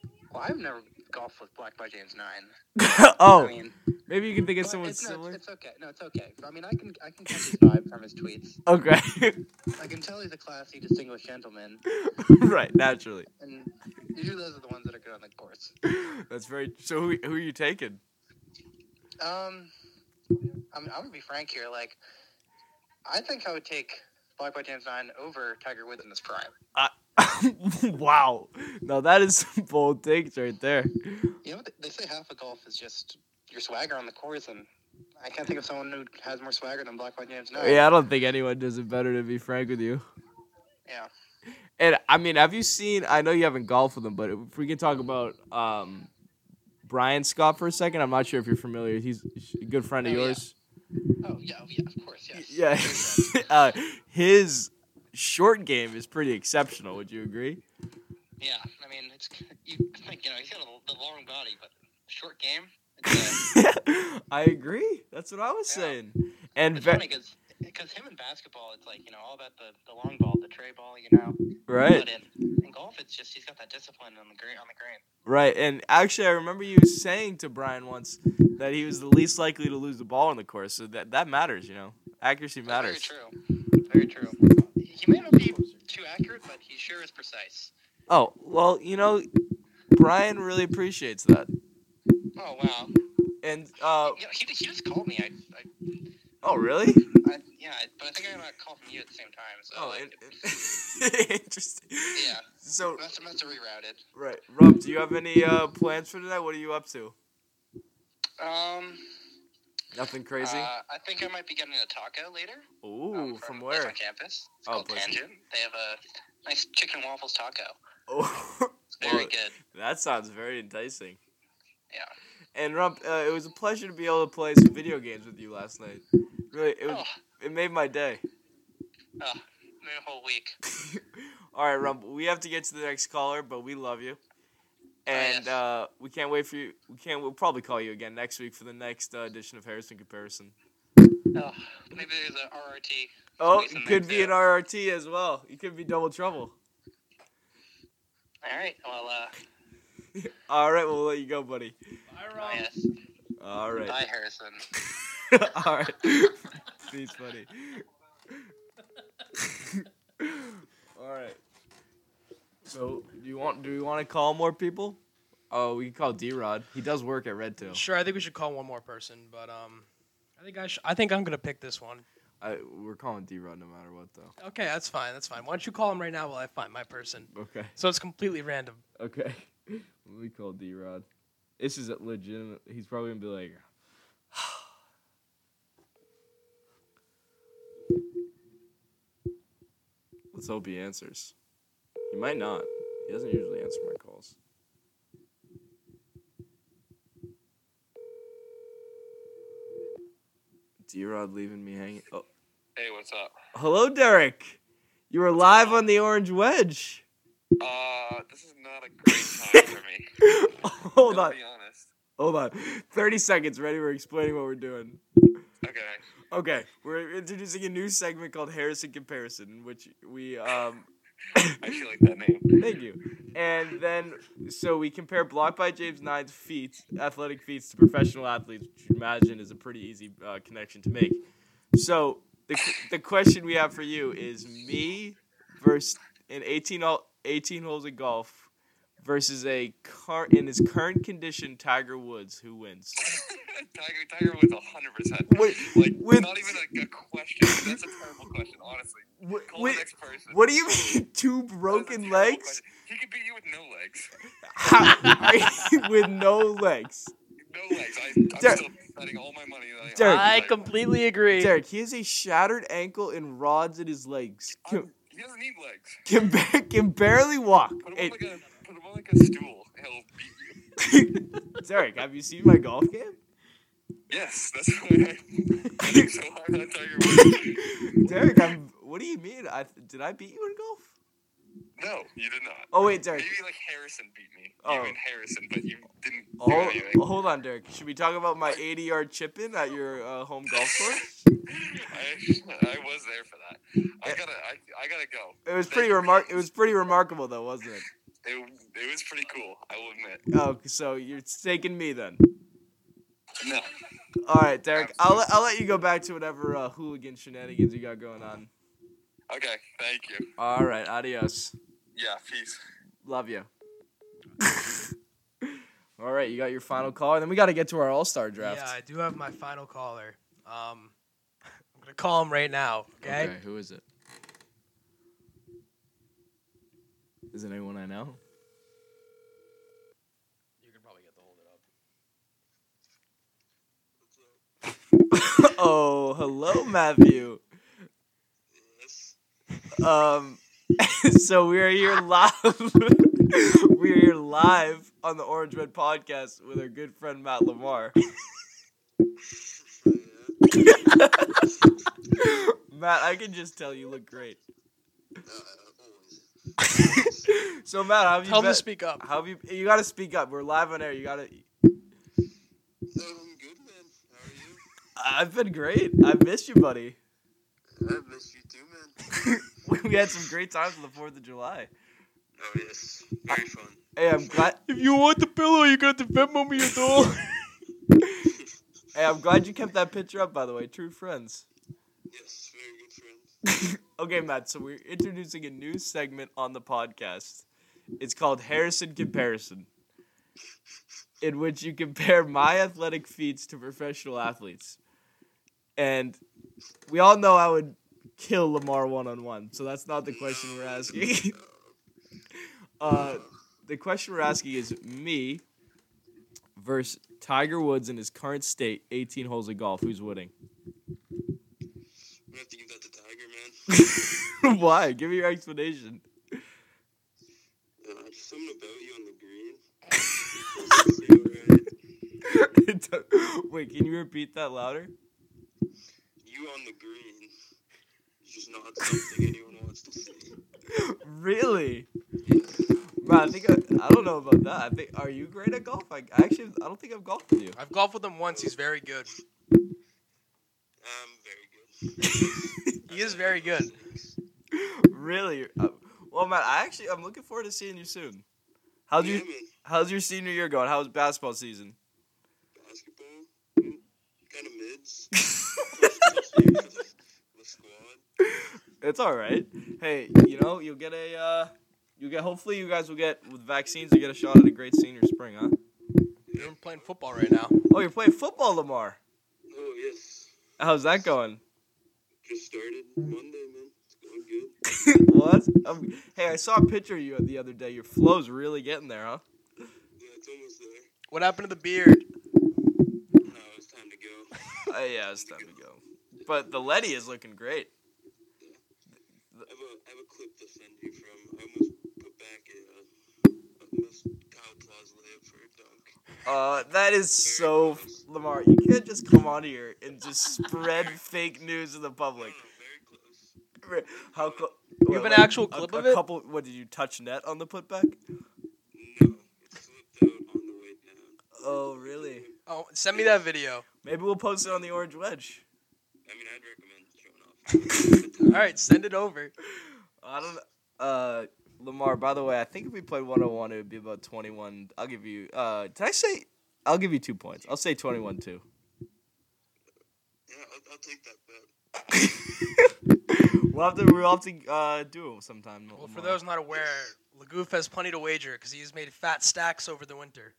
Well, I've never golfed with Black by James Nine. I
oh,
mean,
maybe you can think of
but
someone
it's, no,
similar.
it's okay. No, it's okay. I mean, I can I can catch his vibe from his tweets.
Okay,
I can tell he's a classy, distinguished gentleman,
right, naturally.
and usually those are the ones that are good on the course.
That's very. So who who are you taking?
Um, I'm, I'm gonna be frank here. Like, I think I would take Black by James Nine over Tiger Woods in his prime.
wow, now that is some bold takes right there.
You know, they say half of golf is just your swagger on the course, and I can't think of someone who has more swagger than Black by James Nine.
Yeah, I don't think anyone does it better. To be frank with you.
Yeah.
And I mean, have you seen? I know you haven't golfed with him, but if we can talk about um, Brian Scott for a second, I'm not sure if you're familiar. He's a good friend of
Oh, yeah.
yours.
Oh yeah, oh, yeah, of course, yes.
Yeah. uh, his short game is pretty exceptional. Would you agree?
Yeah, I mean, it's you think you know he's got a, the long body, but short game. It's, uh,
I agree. That's what I was
Yeah.
saying. And
it's
ve-
funny because because him in basketball, it's like you know all about the, the long ball, the tray ball, you know.
Right.
But in, in golf, it's just he's got that discipline on the green. On the green.
Right. And actually, I remember you saying to Brian once that he was the least likely to lose the ball on the course. So that, that matters, you know? Accuracy
That's
matters.
Very true. Very true. He may not be too accurate, but he sure is precise.
Oh, well, you know, Brian really appreciates that.
Oh wow.
And, uh,
You know, he, he just called me. I, I,
oh, really?
I yeah, I- but I think I got a call from you at the same time. So
Oh,
like,
it, it- interesting.
yeah,
So,
must have, must have rerouted.
right. Rob, do you have any uh, plans for tonight? What are you up to?
Um,
Nothing crazy?
Uh, I think I might be getting a taco later.
Ooh,
um,
from
it's
where?
On campus. It's
Oh,
called
please.
Tangent. They have a nice chicken waffles taco.
Oh,
It's very
Well,
good.
that sounds very enticing.
Yeah.
And Rump, uh, it was a pleasure to be able to play some video games with you last night. Really, it, was,
Oh,
it made my day.
oh, maybe a whole week.
All right, Rump, we have to get to the next caller, but we love you, and
Oh, yes.
uh, we can't wait for you. We can't. We'll probably call you again next week for the next uh, edition of Harrison Comparison.
Oh, maybe there's a RRT.
Oh,
Please,
you
and
could
then,
be
uh,
an RRT as well. You could be double trouble.
All right. Well, uh,
All right, we'll let you go, buddy.
bye, yes.
All right.
Bye, Harrison.
All right. Peace, buddy. All right. So, do you want do you want to call more people? Oh, we can call D Rod. He does work at Red Tail.
Sure, I think we should call one more person, but um, I think I sh- I think I'm gonna pick this one.
I, we're calling D Rod no matter what, though.
Okay, that's fine. That's fine. Why don't you call him right now while I find my person?
Okay.
So it's completely random.
Okay. Let me call D Rod. This is legitimate. He's probably gonna be like, let's hope he answers. He might not. He doesn't usually answer my calls. D Rod leaving me hanging. Oh.
Hey, what's up?
Hello, Derek. You are live on the Orange Wedge.
Uh, this is not a great time for me.
Hold
I'll
on.
be honest.
Hold on. 30 seconds. Ready? We're explaining what we're doing.
Okay.
Okay. We're introducing a new segment called Harrison Comparison, in which we, um,
I feel like that name.
thank you. And then, so we compare Block by James Nine's feats, athletic feats, to professional athletes, which you imagine is a pretty easy uh, connection to make. So the, the question we have for you is me versus in 18, all, 18 holes of golf versus a car in his current condition Tiger Woods who wins.
Tiger, Tiger was hundred percent.
Wait,
Like,
with-
not even a, a question. That's a terrible question, honestly.
Wh-
Call
wait,
the next person.
What do you mean, two
That is a
broken
terrible
legs?
question. He could beat you with no legs.
How, are you- with no legs.
No legs. I, I'm
Derek.
still betting all my money. that
Derek.
I
Like,
completely agree.
Derek, he has a shattered ankle and rods in his legs. Can,
I'm- he doesn't need legs.
can, ba- can barely walk.
Put him
Hey,
on like a put him on like a stool. He'll beat you.
Derek, have you seen my golf game?
Yes, that's why I think so hard on Tiger Woods.
Derek, I'm. What do you mean? I did I beat you in golf?
No, you did not.
Oh wait, Derek.
Maybe like Harrison beat me.
Oh.
You and Harrison, but you didn't do
Oh,
anything.
hold on, Derek. Should we talk about my 80-yard chip in at your uh, home golf course?
I, I was there for that. I
Yeah.
gotta I, I gotta go.
It was pretty remar- It was pretty remarkable, though, wasn't it?
It, it was pretty cool. I will admit.
Oh, so you're taking me then.
No.
All right, Derek. I'll, let- I'll let you go back to whatever uh, hooligan shenanigans you got going on.
Okay. Thank you.
All right, adios.
Yeah. Peace.
Love you. All right, you got your final call, and then we got to get to our All Star draft.
Yeah, I do have my final caller. Um, I'm gonna call him right now. Okay.
who is it? Is it anyone I know?
You can probably get the hold it up.
oh, hello, Matthew. Um, so we are here live. we are here live on the Orange Red Podcast with our good friend Matt Lamar. Matt, I can just tell you look great. so Matt, how have you
Tell him
been?
to speak up.
How have you? You gotta speak up. We're live on air. You gotta.
Um,
No, I'm good, man. How are you?
I've been great. I missed you, buddy.
I miss you too, man.
we had some great times on the Fourth of July.
Oh yes, very fun.
Hey, I'm glad.
If you want the pillow, you got to Venmo me a dollar.
Hey, I'm glad you kept that picture up. By the way, true friends.
Yes, very good friends.
okay, Matt. So we're introducing a new segment on the podcast. It's called Harrison Comparison, in which you compare my athletic feats to professional athletes. And we all know I would kill Lamar one on one, so that's not the question we're asking. uh, the question we're asking is me versus Tiger Woods in his current state, 18 holes of golf. Who's winning?
We have to give that to Tiger, man.
Why? Give me your explanation.
Uh, just something about you on the green. It's so right.
Wait, can you repeat that louder?
You on the green. It's just not something anyone wants to see.
Really? Bro, I think I, I don't know about that. I think are you great at golf? I, I actually I don't think I've golfed with you.
I've golfed with him once. He's very good.
I'm very good.
He is very good.
Really? Uh, well, man, I actually I'm looking forward to seeing you soon. How's
Yeah,
your
man.
How's your senior year going? How's basketball season?
Basketball, kind of Mm-hmm. mids. the squad.
It's all right. Hey, you know you'll get a uh, you get hopefully you guys will get with vaccines you get a shot at a great senior spring, huh?
You're playing football right now.
Oh, you're playing football, Lamar.
Oh yes,
How's that going?
just started Monday, man. It's going good.
what? Um, hey, I saw a picture of you the other day. Your flow's really getting there, huh?
Yeah, it's almost there.
What happened to the beard?
No, it's time to go.
Uh, yeah, it's time to go. But the Letty is looking great.
I have a, I have a clip to send you from. I almost put back a, uh, a missed Kyle Claus layup for a dunk.
Uh, that is so Lamar. You can't just come on here and just spread fake news to the public.
Like Oh, very close.
How cl-
You have an actual
a-
clip
a
of it?
couple. What did you touch net on the putback?
No, it slipped out on the way down.
Oh, really?
Oh, send me that video.
Maybe we'll post it on the Orange Wedge.
I mean, I'd recommend showing off.
All right, send it over.
I don't. Uh, Lamar. By the way, I think if we played one on one, it would be about twenty one. I'll give you. Uh, did I say? I'll give you two points. I'll say twenty one two.
Yeah, I'll, I'll take that bet.
We'll have to. We'll have to uh, do it sometime.
Well, for
Lamar.
those not aware, Lagoof has plenty to wager because he's made fat stacks over the winter.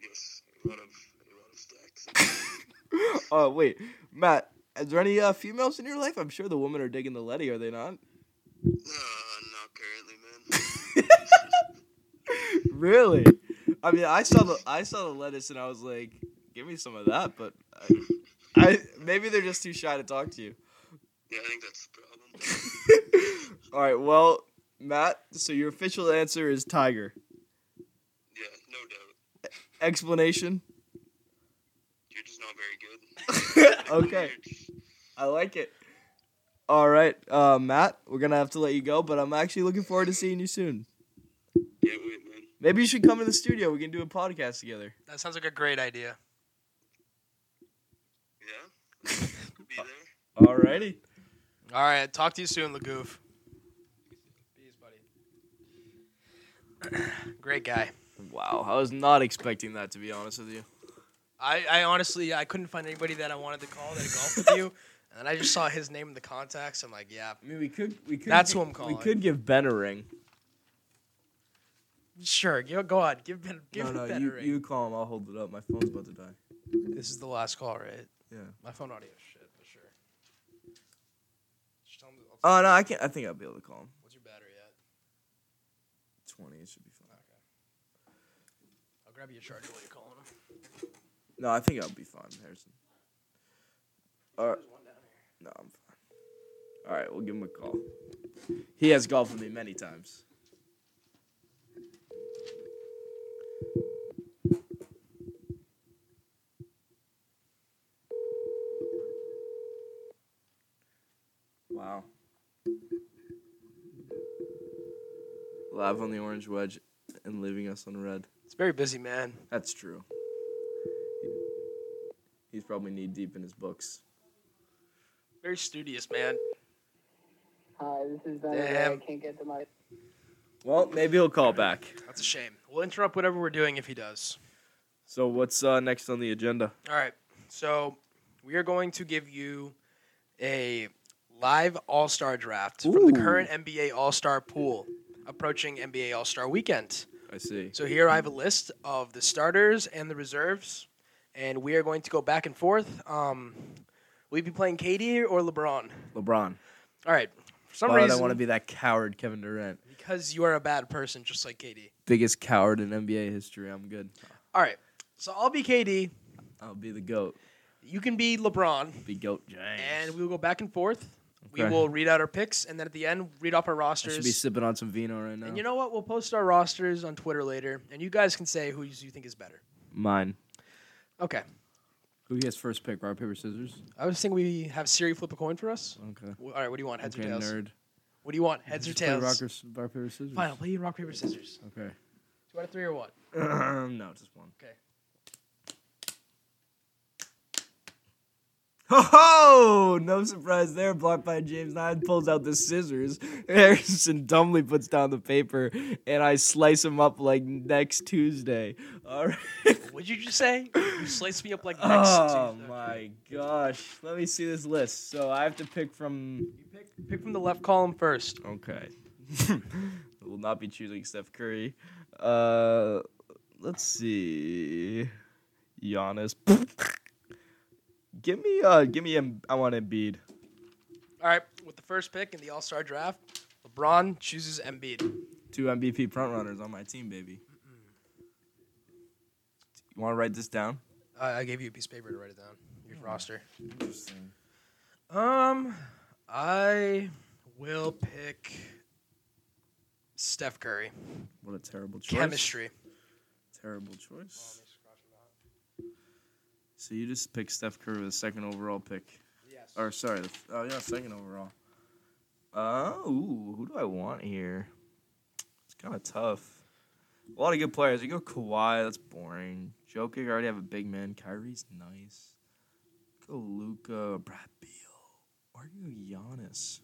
Yes, a lot of a lot of stacks.
Oh wait, Matt. Is there any uh, females in your life? I'm sure the women are digging the Letty, are they not?
no, not currently, man.
Really? I mean, I saw the I saw the lettuce and I was like, give me some of that. But I, I maybe they're just too shy to talk to you.
Yeah, I think that's the problem.
All right. Well, Matt. So your official answer is tiger.
Yeah, no doubt.
Explanation.
You're just not very good.
Okay.
You're just-
I like it. All right, uh, Matt. We're gonna have to let you go, but I'm actually looking forward to seeing you soon.
Yeah, wait, man.
Maybe you should come to the studio. We can do a podcast together.
That sounds like a great idea.
Yeah, could
Uh,
be there.
Alrighty.
All right, talk to you soon, Lagoof. Peace, buddy. great guy.
Wow, I was not expecting that to be honest with you.
I, I honestly I couldn't find anybody that I wanted to call that golf with you, and then I just saw his name in the contacts. I'm like, yeah,
I mean, we could we could
That's
gi-
who I'm calling.
We could give Ben a ring.
sure, go, go on, give Ben, give
no, no,
Ben
you,
a ring.
you call him. I'll hold it up. My phone's about to die.
This is the last call, right?
Yeah.
My phone audio is shit, but sure. Just tell him I'll-
Oh no, I can not I think I'll be able to call him.
What's your battery at?
Twenty, it should be fine.
I'll grab you a charger while you're calling him.
No, I think I'll be fine, Harrison. All right. No, I'm fine. All right, we'll give him a call. He has golfed with me many times. Wow. Live on the orange wedge and leaving us on red.
It's very busy, man.
That's true. He's probably knee deep in his books.
Very studious, man.
Hi, this is Ben.
Damn.
I can't get to my.
Well, maybe he'll call back.
That's a shame. We'll interrupt whatever we're doing if he does.
So what's uh, next on the agenda?
All right. So we are going to give you a live All Star draft from the
Ooh.
current NBA All Star pool approaching NBA All Star weekend.
I see.
So here I have a list of the starters and the reserves, and we are going to go back and forth. Um, will you be playing KD or LeBron?
LeBron.
All right. For some
Why would I
reason,
want to be that coward, Kevin Durant?
because you are a bad person, just like KD.
Biggest coward in NBA history. I'm good.
All right. So I'll be KD.
I'll be the goat.
You can be LeBron.
Be goat James.
and we will go back and forth. We
Okay.
will read out our picks, and then at the end, read off our
I should be
rosters.
sipping on some vino right now.
and you know what? We'll post our rosters on Twitter later, and you guys can say who you think is better.
Mine.
Okay.
Who gets first pick? Rock paper scissors.
I was thinking we have Siri flip a coin for us.
Okay.
W- All right. What do you want? Heads
okay,
or tails?
nerd.
What do you want? Heads or
Just play Rock,
tails?
or, s- rock paper scissors.
Fine. I'll play you rock paper scissors.
Okay.
Two out of three or what?
no, just one.
Okay.
Ho ho! No surprise there. Blocked by James Nine pulls out the scissors. Harrison dumbly puts down the paper, and I slice him up like next Tuesday. All right.
What'd you just say? You slice me up like next.
oh
Tuesday.
my gosh. Let me see this list. So I have to pick from.
You pick, pick from the left column first.
Okay. will not be choosing Steph Curry. Uh, let's see. Giannis. give me uh, give me. Em- I want Embiid.
All right. With the first pick in the All Star draft, LeBron chooses Embiid.
Two MVP frontrunners on my team, baby. You want to write this down?
Uh, I gave you a piece of paper to write it down. Your
Hmm.
roster.
Interesting.
Um, I will pick Steph Curry.
What a terrible choice.
Chemistry.
Terrible choice. So you just picked Steph Curry with the second overall pick.
Yes.
Or sorry, the f- oh yeah, second overall. Uh, ooh, who do I want here? It's kind of tough. A lot of good players. You go Kawhi, that's boring. Jokic, I already have a big man. Kyrie's nice. Go Luca, Brad Beal, or you Giannis.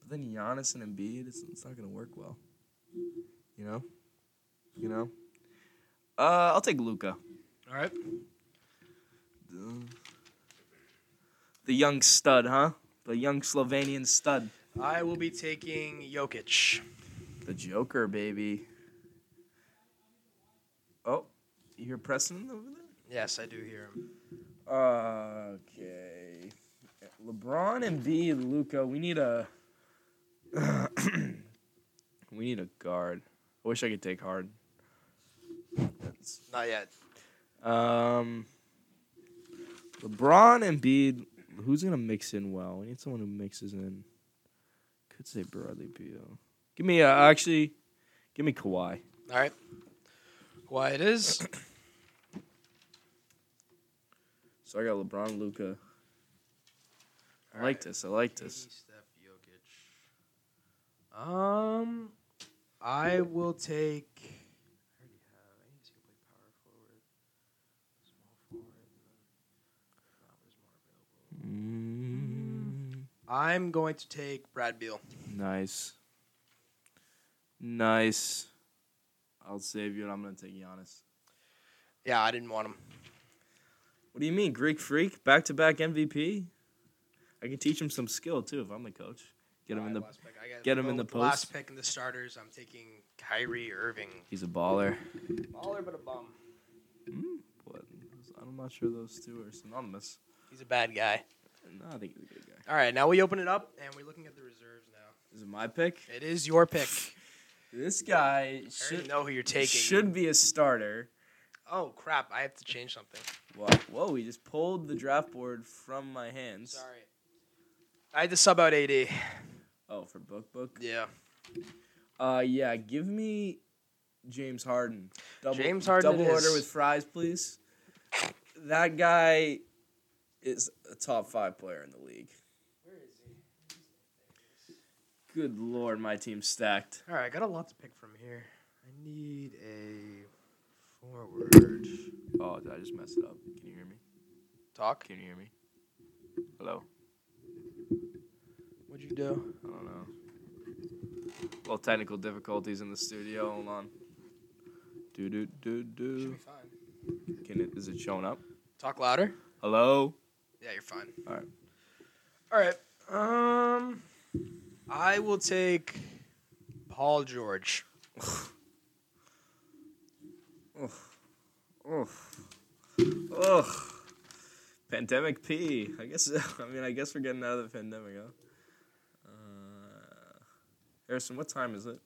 But then Giannis and Embiid, it's, it's not gonna work well. You know, you know. Uh, I'll take Luca.
All right.
The young stud, huh? The young Slovenian stud.
I will be taking Jokic.
The Joker, baby. Oh, you hear Preston over there?
Yes, I do hear him.
Okay. LeBron and B, Luca, we need a. we need a guard. I wish I could take Harden. That's-
Not yet.
Um, LeBron and Bede, who's gonna mix in well? We need someone who mixes in. Could say Bradley Beal. Give me uh, actually, give me Kawhi.
All right. Why it is?
So I got LeBron, Luca. I like this. I like this.
Steph Jokic. Um, I will take. I already have. I need to play power forward, small forward,
Mm,
I'm going to take Brad Beal.
nice. Nice. I'll save you, and I'm gonna take Giannis.
Yeah, I didn't want him.
What do you mean, Greek freak? Back to back MVP. I can teach him some skill too if I'm the coach. Get him in the.
Last pick. I gotta
get him
go
in the
with Last
post.
pick in the starters. I'm taking Kyrie Irving.
He's a baller.
Baller but a bum.
But I'm not sure those two are synonymous.
He's a bad guy.
No, I think he's a good guy.
All right, now we open it up and we're looking at the reserves now.
Is it my pick?
It is your pick.
This guy
I already
should
know who you're taking.
should be a starter.
Oh crap! I have to change something.
Whoa, whoa, he just pulled the draft board from my hands.
Sorry. I had to sub out AD.
Oh, for book book.
Yeah.
Uh, yeah, give me James Harden. Double,
James Harden
Double
it
order
is.
with fries, please. That guy is a top five player in the league.
Where is he?
Good lord, my team's stacked.
All right, I got a lot to pick from here. I need a forward.
Oh, did I just mess it up? Can you hear me?
Talk.
Can you hear me? Hello.
What'd you do?
I don't know. Well, technical difficulties in the studio. Hold on. Do do do
Should be
do.
fine.
Can it? Is it showing up?
Talk louder.
Hello.
Yeah, you're fine.
All right.
All right. Um, I will take Paul George.
Ugh. Ugh. Pandemic P. I guess. I mean, I guess we're getting out of the pandemic, huh? Uh, Harrison, what time is it?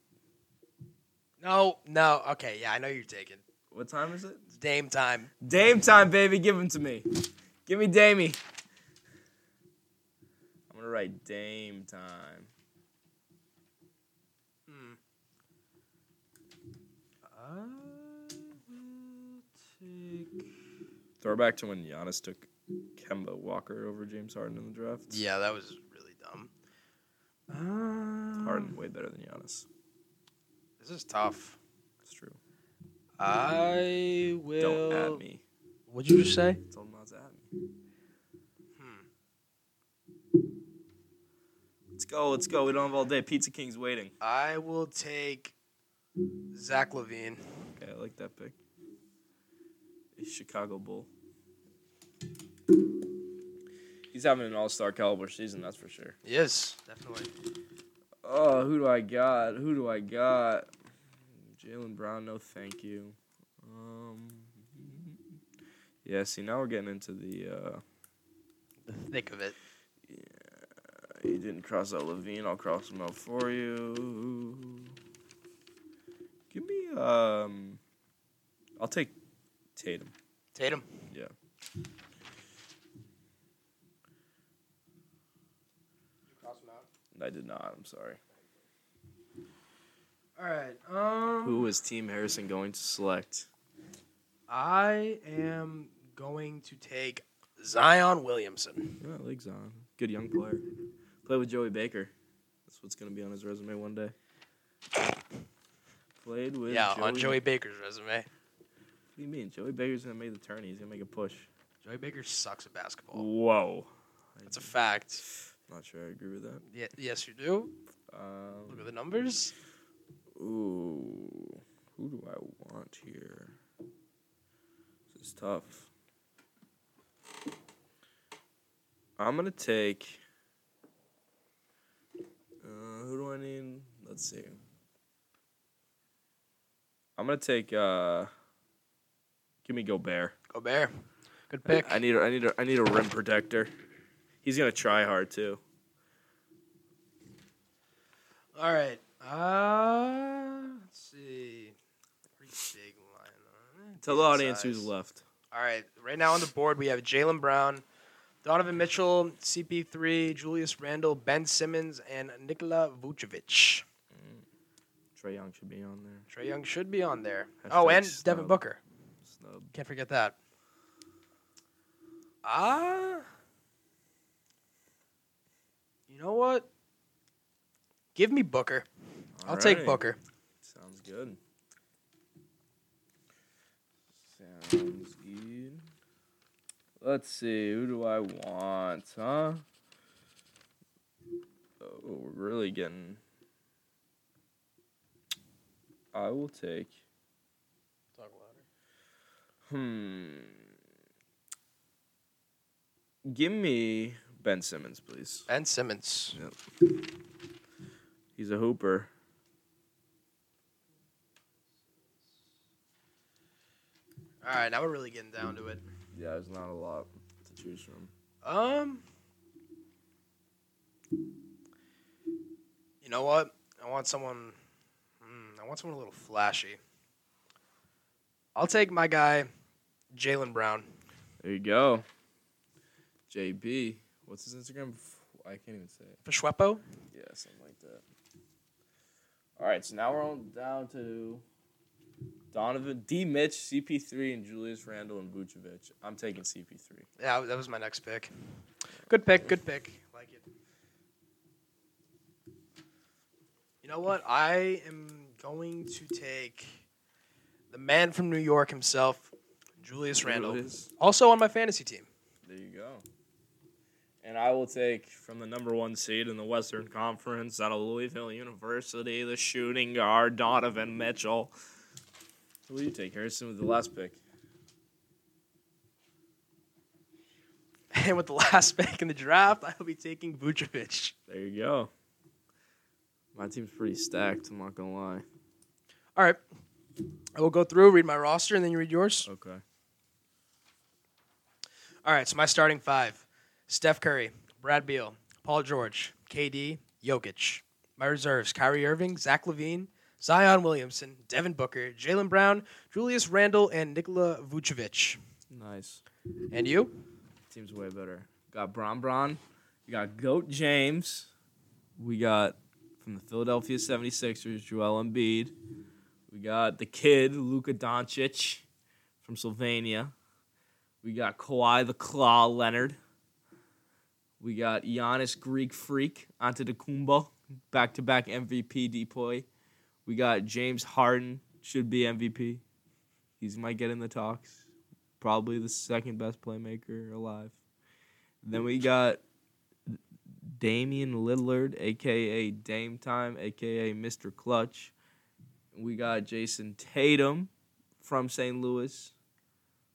No, no. Okay, yeah, I know you're taking
What time is it?
It's Dame time.
Dame time, baby. Give him to me. Give me Damey. I'm gonna write Dame time. Hmm.
I will take.
Throwback to when Giannis took Kemba Walker over James Harden in the draft.
Yeah, that was really dumb. Um,
Harden way better than Giannis.
This is tough.
It's true.
I will.
Don't at me.
What'd you just say?
Tell him not to at me. Hmm. Let's go. Let's go. We don't have all day. Pizza King's waiting.
I will take Zach Levine.
Okay, I like that pick. A Chicago Bull. He's having an all-star caliber season, that's for sure.
Yes, definitely.
Oh, who do I got? Who do I got? Jalen Brown, no thank you. Um, yeah, see, now we're getting into the, uh,
The thick of it.
you didn't cross out Levine, I'll cross him out for you. Give me, um, I'll take Tatum.
Tatum.
Yeah. I did not, I'm sorry.
All right. Um,
Who is Team Harrison going to select?
I am going to take Zion Williamson.
Yeah, I like Zion. Good young player. Play with Joey Baker. That's what's gonna be on his resume one day. Played with
yeah,
Joey.
on Joey Baker's resume.
What do you mean? Joey Baker's gonna make the turn. He's gonna make a push.
Joey Baker sucks at basketball.
Whoa.
That's a fact.
Not sure I agree with that.
Ye- yes, you do. Look at
Um,
the numbers.
ooh, who do I want here? This is tough. I'm gonna take. Uh, who do I need? Let's see. I'm gonna take. Uh, give me Gobert.
Gobert. Good pick.
I need. A, I need. A, I need a rim protector. He's gonna try hard too.
All right. Uh, let's see. Pretty big line.
Tell the audience who's
Size.
left.
All right. Right now on the board, we have Jalen Brown, Donovan Mitchell, CP3, Julius Randle, Ben Simmons, and Nikola Vucevic.
Trey Young should be on there.
Trey Young should be on there.
Hashtag
oh, and
snub.
Devin Booker.
Snub.
Can't forget that. Ah. you know what? Give me Booker. I'll take
Alrighty.
Booker.
Sounds good. Sounds good. Let's see, who do I want, huh? Oh, we're really getting. I will take. Hmm. Give me Ben Simmons, please.
Ben Simmons.
He's a hooper.
All right, now we're really getting down to it.
Yeah, there's not a lot to choose from.
Um, you know what? I want someone. Hmm, I want someone a little flashy. I'll take my guy, Jalen Brown.
There you go. JB. What's his Instagram? I can't even say it.
Fashwepo.
Yeah, something like that. All right, so now we're on down to Donovan, D. Mitch, CP3, and Julius Randle and Vucevic. I'm taking CP3.
Yeah, that was my next pick. Good pick. Good pick. Like it. You know what? I am going to take the man from New York himself, Julius Randle.
Julius.
Also on my fantasy team.
There you go. and I will take from the number one seed in the Western Conference out of Louisville University, the shooting guard Donovan Mitchell. Who will you take, Harrison, with the last pick?
And with the last pick in the draft, I'll be taking Vucevic.
There you go. My team's pretty stacked. I'm not gonna lie.
All right. I will go through, read my roster, and then you read yours.
Okay.
All right, so my starting five Steph Curry, Brad Beal, Paul George, KD, Jokic. My reserves Kyrie Irving, Zach Levine, Zion Williamson, Devin Booker, Jalen Brown, Julius Randle, and Nikola Vucevic.
Nice.
And you?
Team's way better. Got Bron Bron. You got Goat James. We got from the Philadelphia 76ers, Joel Embiid. We got the kid, Luka Doncic from Sylvania. We got Kawhi the Claw Leonard. We got Giannis Greek Freak Antetokounmpo, back-to-back MVP deploy. We got James Harden, should be MVP. He's might get in the talks probably the second best playmaker alive. Then we got Damian Lillard, aka Dame Time, aka Mr. Clutch. We got Jason Tatum from St. Louis.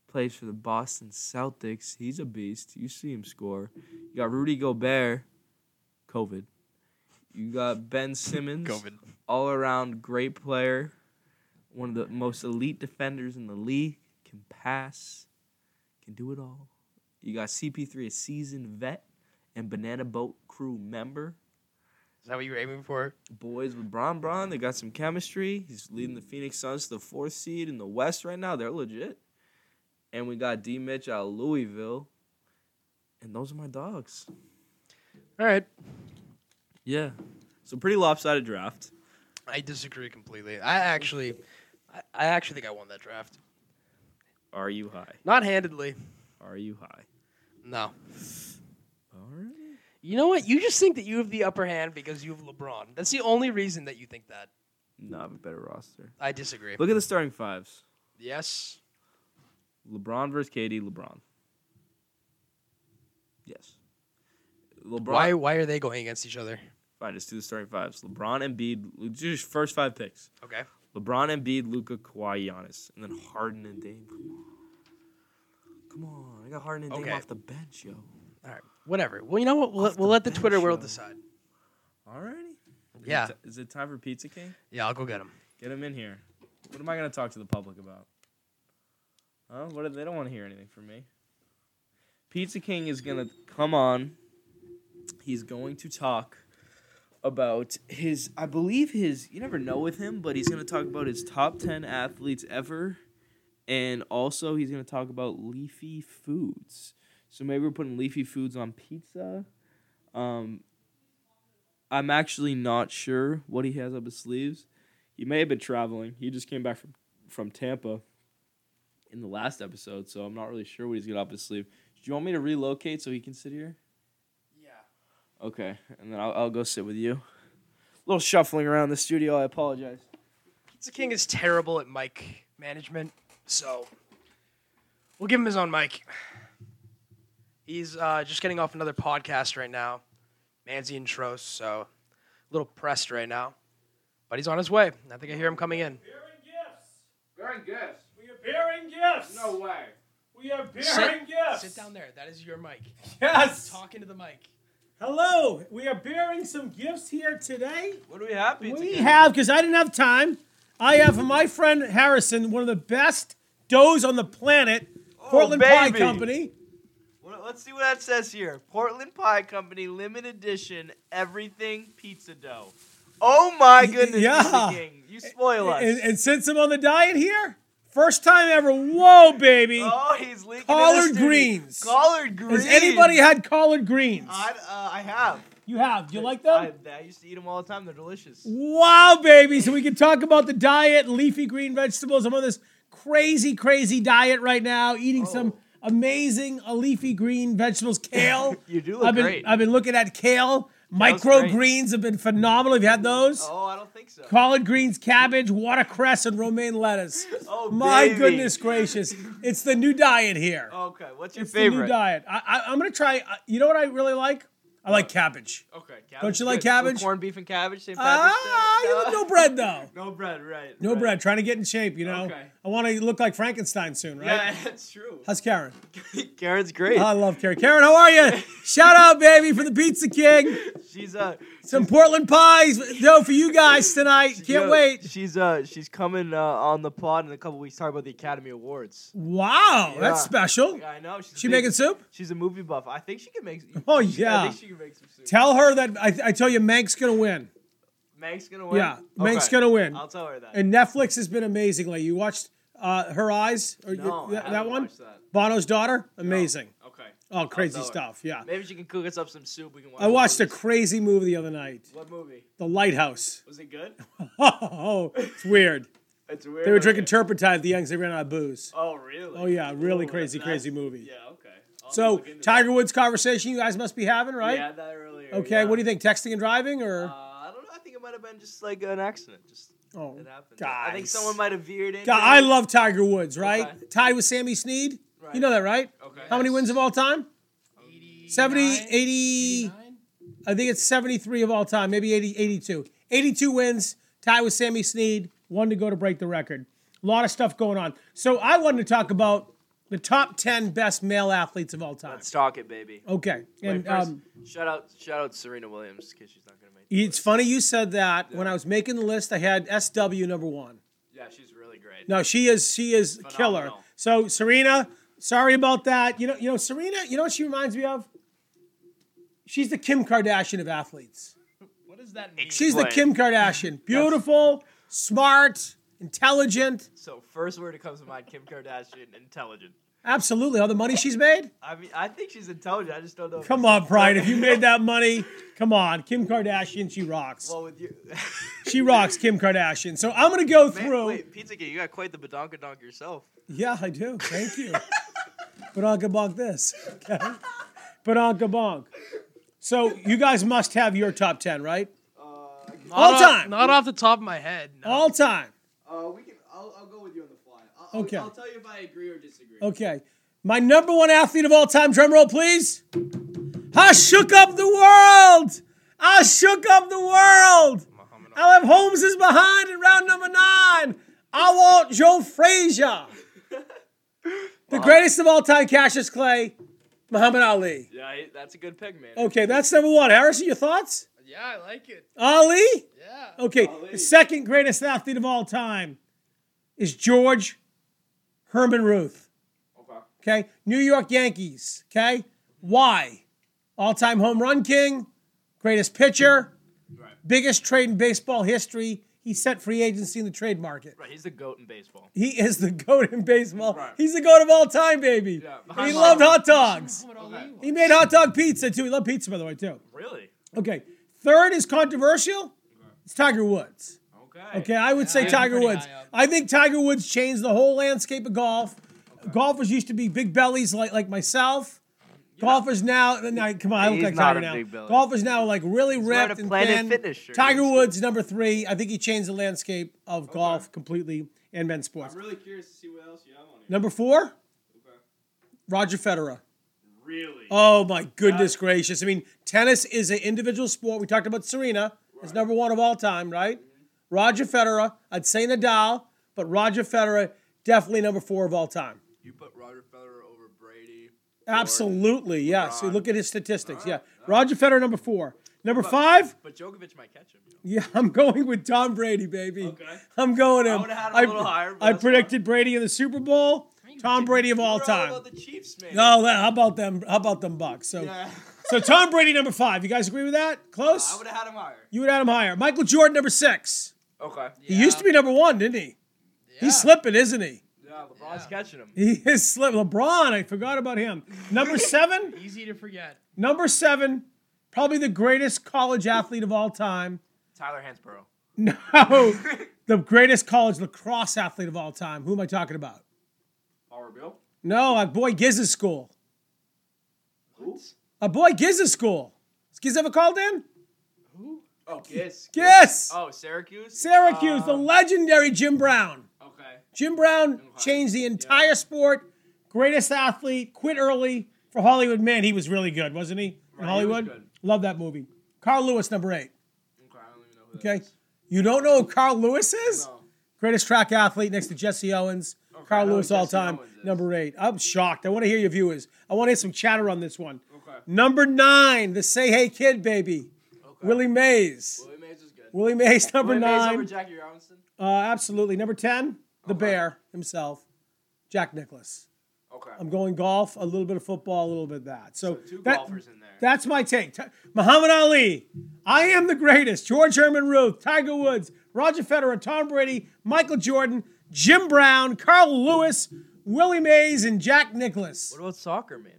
Plays for the Boston Celtics. He's a beast. You see him score. You got Rudy Gobert, COVID. You got Ben Simmons all around great player, one of the most elite defenders in the league, can pass, can do it all. You got CP3, a seasoned vet and Banana Boat crew member.
Is that what you were aiming for?
Boys with Bron Bron, they got some chemistry. He's leading the Phoenix Suns to the fourth seed in the West right now. They're legit. And we got D Mitch out of Louisville. And those are my dogs.
All right.
Yeah. So pretty lopsided draft.
I disagree completely. I actually, I, I actually think I won that draft.
Are you high?
Not handedly.
Are you high?
No.
All right.
You know what? You just think that you have the upper hand because you have LeBron. That's the only reason that you think that.
No, I have a better roster.
I disagree.
Look at the starting fives.
Yes.
LeBron versus KD. LeBron. Yes. LeBron.
Why? Why are they going against each other?
Fine, just do the starting fives. LeBron and Bede. Just first five picks.
Okay.
LeBron and Bede, Luca, Kawhi, Giannis, and then Harden and Dame. Come on. Come on. I got Harden and Dame
Okay.
off the bench, yo.
All right. Whatever. Well, you know what? We'll,
Off
we'll
the
let the
bench,
Twitter world
yo.
decide.
Alrighty. Is
Yeah.
It t- is it time for Pizza King?
Yeah, I'll go get him.
Get him in here. What am I gonna talk to the public about? Huh? What? They don't want to hear anything from me. Pizza King is gonna come on. He's going to talk about his. I believe his. You never know with him, but he's gonna talk about his top ten athletes ever, and also he's gonna talk about leafy foods. So maybe we're putting leafy foods on pizza. Um, I'm actually not sure what he has up his sleeves. He may have been traveling. He just came back from from Tampa in the last episode, so I'm not really sure what he's got up his sleeve. Do you want me to relocate so he can sit here?
Yeah.
Okay, and then I'll, I'll go sit with you. A little shuffling around the studio. I apologize.
Pizza King is terrible at mic management, so we'll give him his own mic. He's uh, just getting off another podcast right now, Manzi and Trost, so a little pressed right now, but he's on his way. I think I hear him coming in.
Bearing gifts.
Very good.
We are bearing gifts.
way.
We are bearing
Sit-
gifts.
Sit down there. That is your mic.
Yes.
Talk into the mic.
Hello. We are bearing some gifts here today.
What do we have? Pizza
We
King?
have, because I didn't have time, I have my friend Harrison, one of the best doughs on the planet, Portland Pie
Oh, baby.
Company.
Well, Let's see what that says here. Portland Pie Company limited edition everything pizza dough. Oh my goodness,
yeah.
Pizza King, you spoil us.
And, and since I'm on the diet here, first time ever, whoa, baby.
oh, he's leaking. in the
Collard
studio.
greens.
Collard greens.
Has anybody had collard greens?
I, uh, I have.
you have. Do you like them?
I, I used to eat them all the time. They're delicious.
Wow, baby. So we can talk about the diet, leafy green vegetables. I'm on this crazy, crazy diet right now, eating
Oh.
some amazing uh, leafy green vegetables. Kale.
You do look
I've been,
great.
I've been looking at kale.
was great.
Microgreens have been phenomenal. Have you had those?
Oh, I don't think so.
Collard greens, cabbage, watercress, and romaine lettuce.
Oh,
My
baby.
goodness gracious. It's the new diet here.
Okay, what's your
it's the new
favorite?
diet. I, I, I'm going to try. Uh, you know what I really like? I like cabbage.
Okay, cabbage.
Don't you like
good. Little
cabbage?
Corned beef and cabbage. St. Patrick's Day.
Ah, you look no bread, though.
no bread, right?
No
right.
bread. Trying to get in shape, you know?
Okay.
I want to look like Frankenstein soon, right?
Yeah, that's true.
How's Karen?
Karen's great.
I love Karen. Karen, how are you? Shout out, baby, for the Pizza King.
she's uh,
Some Portland pies, though, for you guys tonight. Can't
yo,
wait.
She's uh, she's coming uh, on the pod in a couple weeks. Talk about the Academy Awards.
Wow, that's
Yeah.
special.
I know. She's a
She
big-
making soup?
She's a movie buff. I think she can make.
Oh,
I
yeah.
think she can make some soup.
Tell her that I, I tell you, Mank's gonna win.
Meg's gonna win.
Yeah, Meg's
Okay.
gonna win.
I'll tell her that.
And Netflix has been amazing lately. You watched uh, Her Eyes, or
no,
th-
I
that,
haven't
one?
watched that.
Bono's daughter, amazing.
Okay.
Oh, crazy
tell her.
stuff. Yeah,
Maybe she can cook us up some soup. We can watch.
I watched a
movies.
crazy movie the other night,
What movie?
The Lighthouse.
Was it good?
Oh, it's weird.
It's weird.
They were
okay.
drinking turpentine at the Youngs. They ran out of booze.
Oh really?
Oh yeah, really
Ooh,
crazy,
that's-
crazy movie.
Yeah. Okay. I'll have to
So
look into
Tiger
that.
Woods conversation you guys must be having, right?
We had that earlier.
okay. What do you think? Texting and driving, or
Uh, I don't know. I think it might have been just like an accident. Just
oh,
it happened.
guys.
I think someone might have veered in.
God, I love Tiger Woods, right?
Okay.
Tied with Sammy Snead.
Right.
You know that, right?
Okay.
How many wins of all time? 70, 80,
89?
I think it's 73 of all time, maybe 80, 82. 82 wins, tie with Sammy Snead, one to go to break the record. A lot of stuff going on. So I wanted to talk about the top 10 best male athletes of all time.
Let's talk it, baby.
okay.
Wait,
And
first,
um,
shout out, shout out Serena Williams because she's not gonna make. it.
it's funny you said that. When I was making the list, I had SW number one.
Yeah, she's really great.
No, she is she is killer.
Phenomenal.
So Serena, sorry about that. You know, you know, Serena, you know what she reminds me of? She's the Kim Kardashian of athletes.
What does that mean?
She's the
Explain.
Kim Kardashian. Beautiful, smart, intelligent.
So first word that comes to mind, Kim Kardashian, intelligent.
Absolutely. All the money she's made?
I mean, I think she's intelligent. I just don't know. if
Come
it's-
on, Brian. If you made that money, come on. Kim Kardashian, she rocks.
Well, with you.
She rocks Kim Kardashian. So I'm gonna go
Man,
through.
wait, Pizza King, you got quite the badonka donk yourself.
Yeah, I do. Thank you. but Uncle Bonk this. Okay. But Uncle Bonk. So you guys must have your top ten, right?
Not
All
off-
time.
Not off the top of my head. No.
All time.
Uh, we can. I'll, I'll go with you on the fly.
I'll- Okay. I'll
tell you if I agree or disagree.
Okay. My number one athlete of all time, drum roll, please. I shook up the world. I shook up the world. I'll have Holmes is behind in round number nine. I want Joe Frazier. The greatest of all time, Cassius Clay, Muhammad Ali.
Yeah, I- that's a good pick, man.
Okay, that's number one. Harrison, your thoughts?
Yeah, I like it.
Ali?
Yeah.
Okay, the second greatest athlete of all time is George Herman Ruth. Okay. New York Yankees. Okay. Why? All time home run king, greatest pitcher, biggest trade in baseball history. He set free agency in the trade market.
Right, he's the goat in baseball.
He is the GOAT in baseball.
Right.
He's the GOAT of all time, baby.
Yeah,
he
behind
loved
Muhammad.
hot dogs.
Muhammad Ali was.
He made hot dog pizza too. He loved pizza, by the way, too.
Really?
Okay. Third is controversial. It's Tiger Woods.
Okay.
Okay, I would say
Yeah, I'm
Tiger
pretty
Woods.
high
um,
up.
I think Tiger Woods changed the whole landscape of golf. Golfers used to be big bellies like like myself. Golfers now, now come on, I look
He's
like
not
Tiger
a
now.
big belly.
Golfers now are like really
wearing
ripped
a
and
Planet
thin.
Fitness shirt.
Tiger Woods number three. I think he changed the landscape of golf completely and men's sports.
really curious to see what else you have on here.
Number four, Roger Federer.
Really?
Oh my goodness gracious! I mean, tennis is an individual sport. We talked about Serena as number one of all time, right?
Mm-hmm.
Roger Federer. I'd say Nadal, but Roger Federer definitely number four of all time.
You put Roger Federer over Brady.
Absolutely, yes. So look at his statistics. Yeah, Roger Federer number four. Number five.
But Djokovic might catch him. you know.
Yeah, I'm going with Tom Brady, baby.
Okay.
I'm going him.
would've had him a little higher, but
I
that's
predicted Brady in the Super Bowl. Tom Brady of all
What
time.
about the Chiefs, man?
No, that- how about them? How about them Bucks? So,
Yeah.
so Tom Brady number five. You guys agree with that? Close.
I would have had him higher.
You would add him higher. Michael Jordan, number six.
Okay.
He used to be number one, didn't he? He's slipping, isn't he?
Yeah, LeBron's catching him.
He is slipping. LeBron, I forgot about him. Number seven,
Easy to forget.
number seven, probably the greatest college athlete of all time.
Tyler Hansborough.
No, the greatest college lacrosse athlete of all time. Who am I talking about?
Power Oh, Bill.
No, our boy Giz's school.
Who?
Our boy Giz's school. Is Giz ever called in?
Oh, Giz.
Yes!
Oh, Syracuse.
Syracuse, the
Um,
legendary Jim Brown.
okay.
Jim Brown changed the entire sport. Greatest athlete, quit early for Hollywood. Man, he was really good, wasn't he? In
was
Hollywood,
good.
love that movie. Carl Lewis, number eight.
Okay. I don't even know who that
Okay,
is.
you don't know who Carl Lewis is?
No.
Greatest track athlete next to Jesse Owens.
I
Carl
know who
Lewis all
Jesse
time,
Owens is.
number eight. I'm shocked. I want to hear your viewers. I want to hear some chatter on this one.
Okay.
Number nine, the Say Hey Kid baby,
okay.
Willie Mays.
Willie Mays is good.
Willie Mays, number
Willie Mays
nine.
over Jackie Robinson.
Uh, absolutely. Number 10, the
Okay.
bear himself, Jack Nicholas.
Okay.
I'm going golf, a little bit of football, a little bit of that. So,
So two
that-
golfers in there.
that's my take. Ti- Muhammad Ali, I am the greatest. George Herman Ruth, Tiger Woods, Roger Federer, Tom Brady, Michael Jordan, Jim Brown, Carl Lewis, Willie Mays, and Jack Nicholas.
What about soccer, man?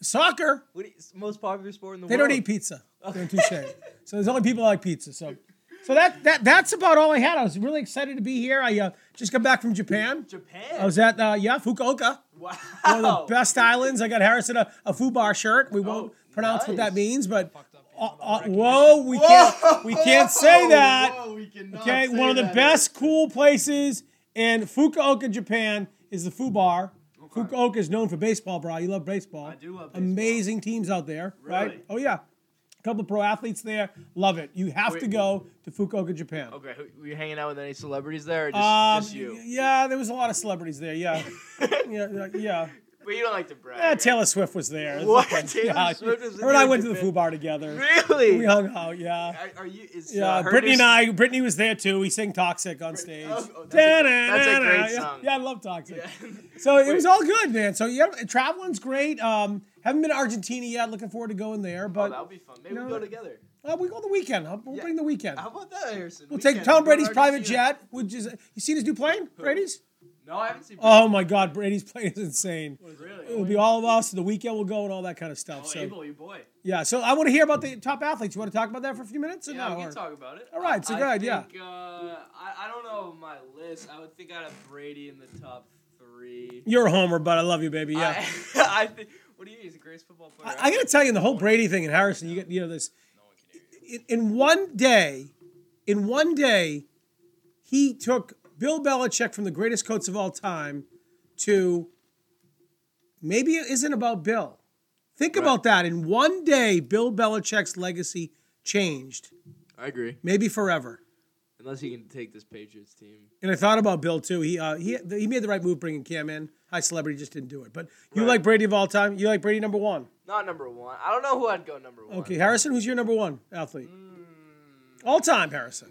Soccer,
What is most popular sport in the
they
world?
don't eat pizza. They're too shy. So there's only people that like pizza. So, so that, that that's about all I had. I was really excited to be here. I uh, just got back from Japan.
Japan.
I was at uh, yeah Fukuoka,
wow.
one of the best islands. I got Harrison a, a fubar shirt. We won't pronounce what that
nice.
means, but
Fucked up.
uh, uh, whoa, we can't we can't say that.
Whoa, we cannot
okay,
say
one of the
that.
best cool places in Fukuoka, Japan, is the fubar. Fukuoka is known for baseball, bro. You love baseball.
I do love
Amazing teams out there, right?
Really?
Oh yeah, a couple of pro athletes there. Love it. You have to
Wait.
go to Fukuoka, Japan.
Okay, who- were you hanging out with any celebrities there? Or just,
Um,
just you.
Yeah, there was a lot of celebrities there. Yeah, yeah, yeah, yeah.
But you don't like to brag.
Eh,
right?
Taylor Swift was there. It's
What?
okay.
Taylor
Yeah,
Swift was
Her and I
there
went
to
to the
fit-
foo bar together.
Really?
We hung out. Yeah.
Are, are you? Is,
Yeah,
uh, her
Brittany
new
and
s-
I. Brittany was there too. We sang "Toxic" on stage.
oh, oh, that's a- that's a
Da-na-na-na.
great
Yeah,
song.
Yeah, I love "Toxic."
Yeah.
So it was all good, man. So yeah, traveling's great. Um, haven't been to Argentina yet. Looking forward to going there,
Oh,
but
that'll be fun. Maybe
No.
we go together.
uh, we go the weekend. I'll, we'll
Yeah.
bring the weekend.
How about that, Harrison?
we'll
We
take
can.
Tom
We'll go to
Brady's private
Argentina.
jet, which is you seen his new plane, Brady's.
No, I haven't seen.
Oh my God, Brady's plane is insane.
Brady.
It'll
really?
be all of us. The weekend will go and all that kind of stuff.
Oh,
so
Abel, your boy.
Yeah, so I want to hear about the top athletes. You want to talk about that for a few minutes? Or
Yeah,
no?
we can
Or-
talk about it.
All right, so
I
go ahead, yeah.
think, Uh, I, I don't know my list. I would think I'd have Brady in the top three.
You're a homer, but I love you, baby. Yeah.
I, I think. What do you? He's the greatest football player.
I, I got to tell you, in the whole Brady thing in Harrison, you get you know this. In, in one day, in one day, he took Bill Belichick from the greatest coach of all time to maybe it isn't about Bill. Think about that. In one day, Bill Belichick's legacy changed,
I agree.
maybe forever.
Unless he can take this Patriots team.
And I thought about Bill too. He uh, he he made the right move bringing Cam in. High celebrity just didn't do it. But you
Right.
like Brady of all time. You like Brady number one.
Not number one. I don't know who I'd go number one.
Okay, Harrison, who's your number one athlete? All time, Harrison.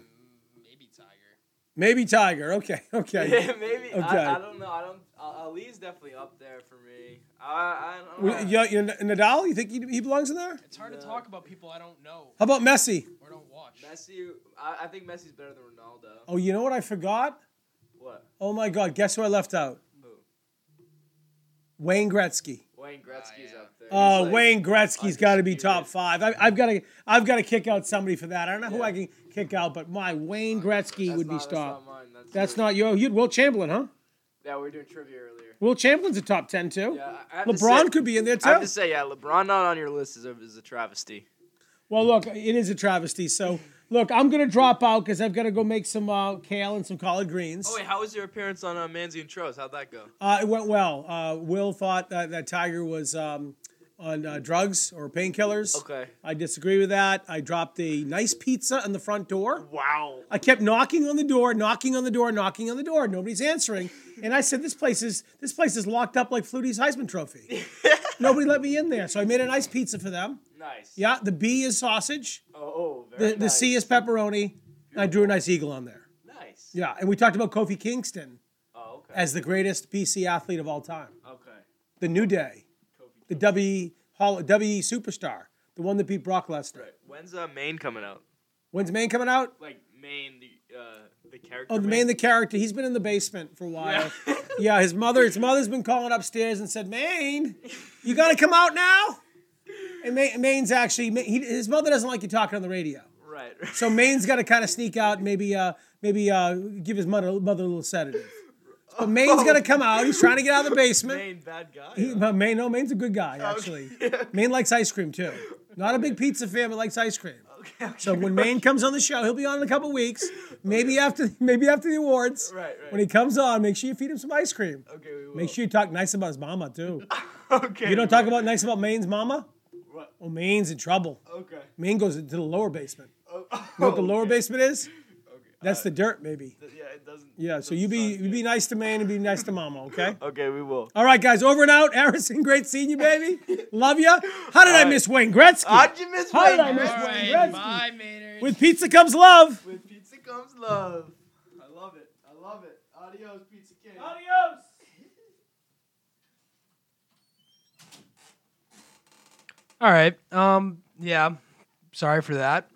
Maybe Tiger.
Maybe Tiger. Okay, okay.
Yeah, maybe.
Okay.
I, I don't know. I don't. Uh, Ali's definitely up there for me. I, I
We-
don't know.
you, you, Nadal, you think he, he belongs in there?
It's hard to
Yeah.
talk about people I don't know
How about Messi?
or don't watch.
Messi. I, I think Messi's better than Ronaldo.
Oh, you know what I forgot?
What?
Oh my God, guess who I left out?
Who?
Wayne Gretzky.
Wayne Gretzky's up there.
Oh,
He's like-
Wayne Gretzky's got to be
undisputed.
top five. I, I've got to I've got to kick out somebody for that. I don't know who I can kick out, but my Wayne Gretzky
That's
would
not-
be
that's
stopped.
not mine, That's,
That's
yours.
not your. You'd Will Chamberlain, huh?
Yeah, we were doing trivia earlier.
Will Chamberlain's a top ten too.
Yeah, I- I have to
LeBron
say-
could be in there
I have
too.
to say, yeah, LeBron not on your list is a, is a travesty.
Well, look, it is a travesty. So, look, I'm gonna drop out because I've got to go make some uh, kale and some collard greens.
Oh wait, how was your appearance on uh, Manzi and Tros? How'd that go?
Uh, it went well. Uh, Will thought that, that Tiger was um, on uh, drugs or painkillers.
Okay.
I disagree with that. I dropped a nice pizza on the front door.
Wow.
I kept knocking on the door, knocking on the door, knocking on the door. Nobody's answering. And I said, "This place is this place is locked up like Flutie's Heisman Trophy. Nobody let me in there." So I made a nice pizza for them.
Nice.
Yeah, the B is sausage.
Oh, oh very
The, the
nice.
C is pepperoni. And I drew a nice eagle on there.
Nice.
Yeah, and we talked about Kofi Kingston
Oh, okay.
as the greatest BC athlete of all time.
okay.
The New Day,
Kofi.
the WE, Hall, WE superstar, the one that beat Brock Lesnar.
Right. When's uh, Maine coming out?
When's Maine coming out?
Like Maine, the uh, the character.
Oh, the Maine, the character. He's been in the basement for a while.
Yeah.
yeah, his mother, his mother's been calling upstairs and said, Maine, you got to come out now. And Ma- Maine's actually, Ma- he, his mother doesn't like you talking on the radio.
right.
So Maine's got to kind of sneak out, and maybe uh, maybe uh, give his mother, mother a little sedative. But Maine's got to come out. He's trying to get out of the basement.
Maine bad guy.
He-
huh?
but
Oh,
Maine, no, Maine's a good guy actually. Maine likes ice cream too. Not a big pizza fan, but likes ice cream.
Okay, okay.
So when Maine comes on the show, he'll be on in a couple weeks. Maybe after maybe after the awards.
Right, right.
When he comes on, make sure you feed him some ice cream.
okay, we will.
Make sure you talk nice about his mama too.
Okay.
You don't talk about nice about Maine's mama?
What?
Well, Maine's in trouble.
Okay.
Maine goes into the lower basement.
Oh,
You know what the lower
okay.
basement is?
Okay.
That's
uh,
the dirt, maybe.
th- yeah, it doesn't.
Yeah,
it
so
doesn't
you be
sound
you be
good.
nice to Maine and be nice to Mama, okay?
Okay, we will.
All right, guys, over and out. Harrison, great seeing you, baby. Love ya. How did I
right.
miss Wayne Gretzky?
How'd you miss
How did
Wayne
I miss
Gretzky?
Wayne
Alright,
Gretzky?
bye, Maynard.
With pizza comes love.
With pizza comes love. I love it. I love it. Adios, pizza king.
Adios.
All right. Um. Yeah. Sorry for that.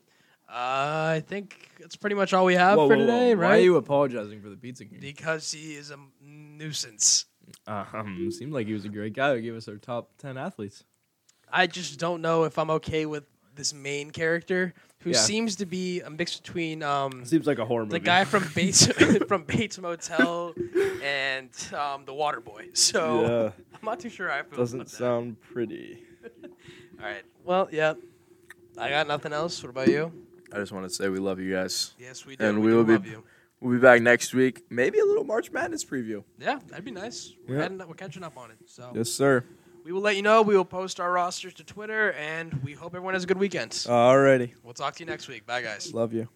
Uh, I think that's pretty much all we have for today, right?
Why are you apologizing for the pizza king?
Because he is a nuisance.
Um, seemed like he was a great guy who gave us our top ten athletes.
I just don't know if I'm okay with this main character who
Yeah.
seems to be a mix between um
Seems like a horror movie.
the guy from Bates from Bates Motel and um, the Water Boy. So
Yeah,
I'm not too sure how I feel.
doesn't
about that.
sound pretty.
All right. Well, yeah. I got nothing else. What about you?
I just want to say we love you guys.
Yes, we do.
do. And
we
We we do will be-
love
love
you.
you. We'll be back next week. Maybe a little March Madness preview.
Yeah, that'd be nice. We're,
Yeah.
heading, we're catching up on it. So
Yes, sir.
we will let you know. We will post our rosters to Twitter, and we hope everyone has a good weekend.
Alrighty.
we'll talk to you next week. Bye, guys.
Love you.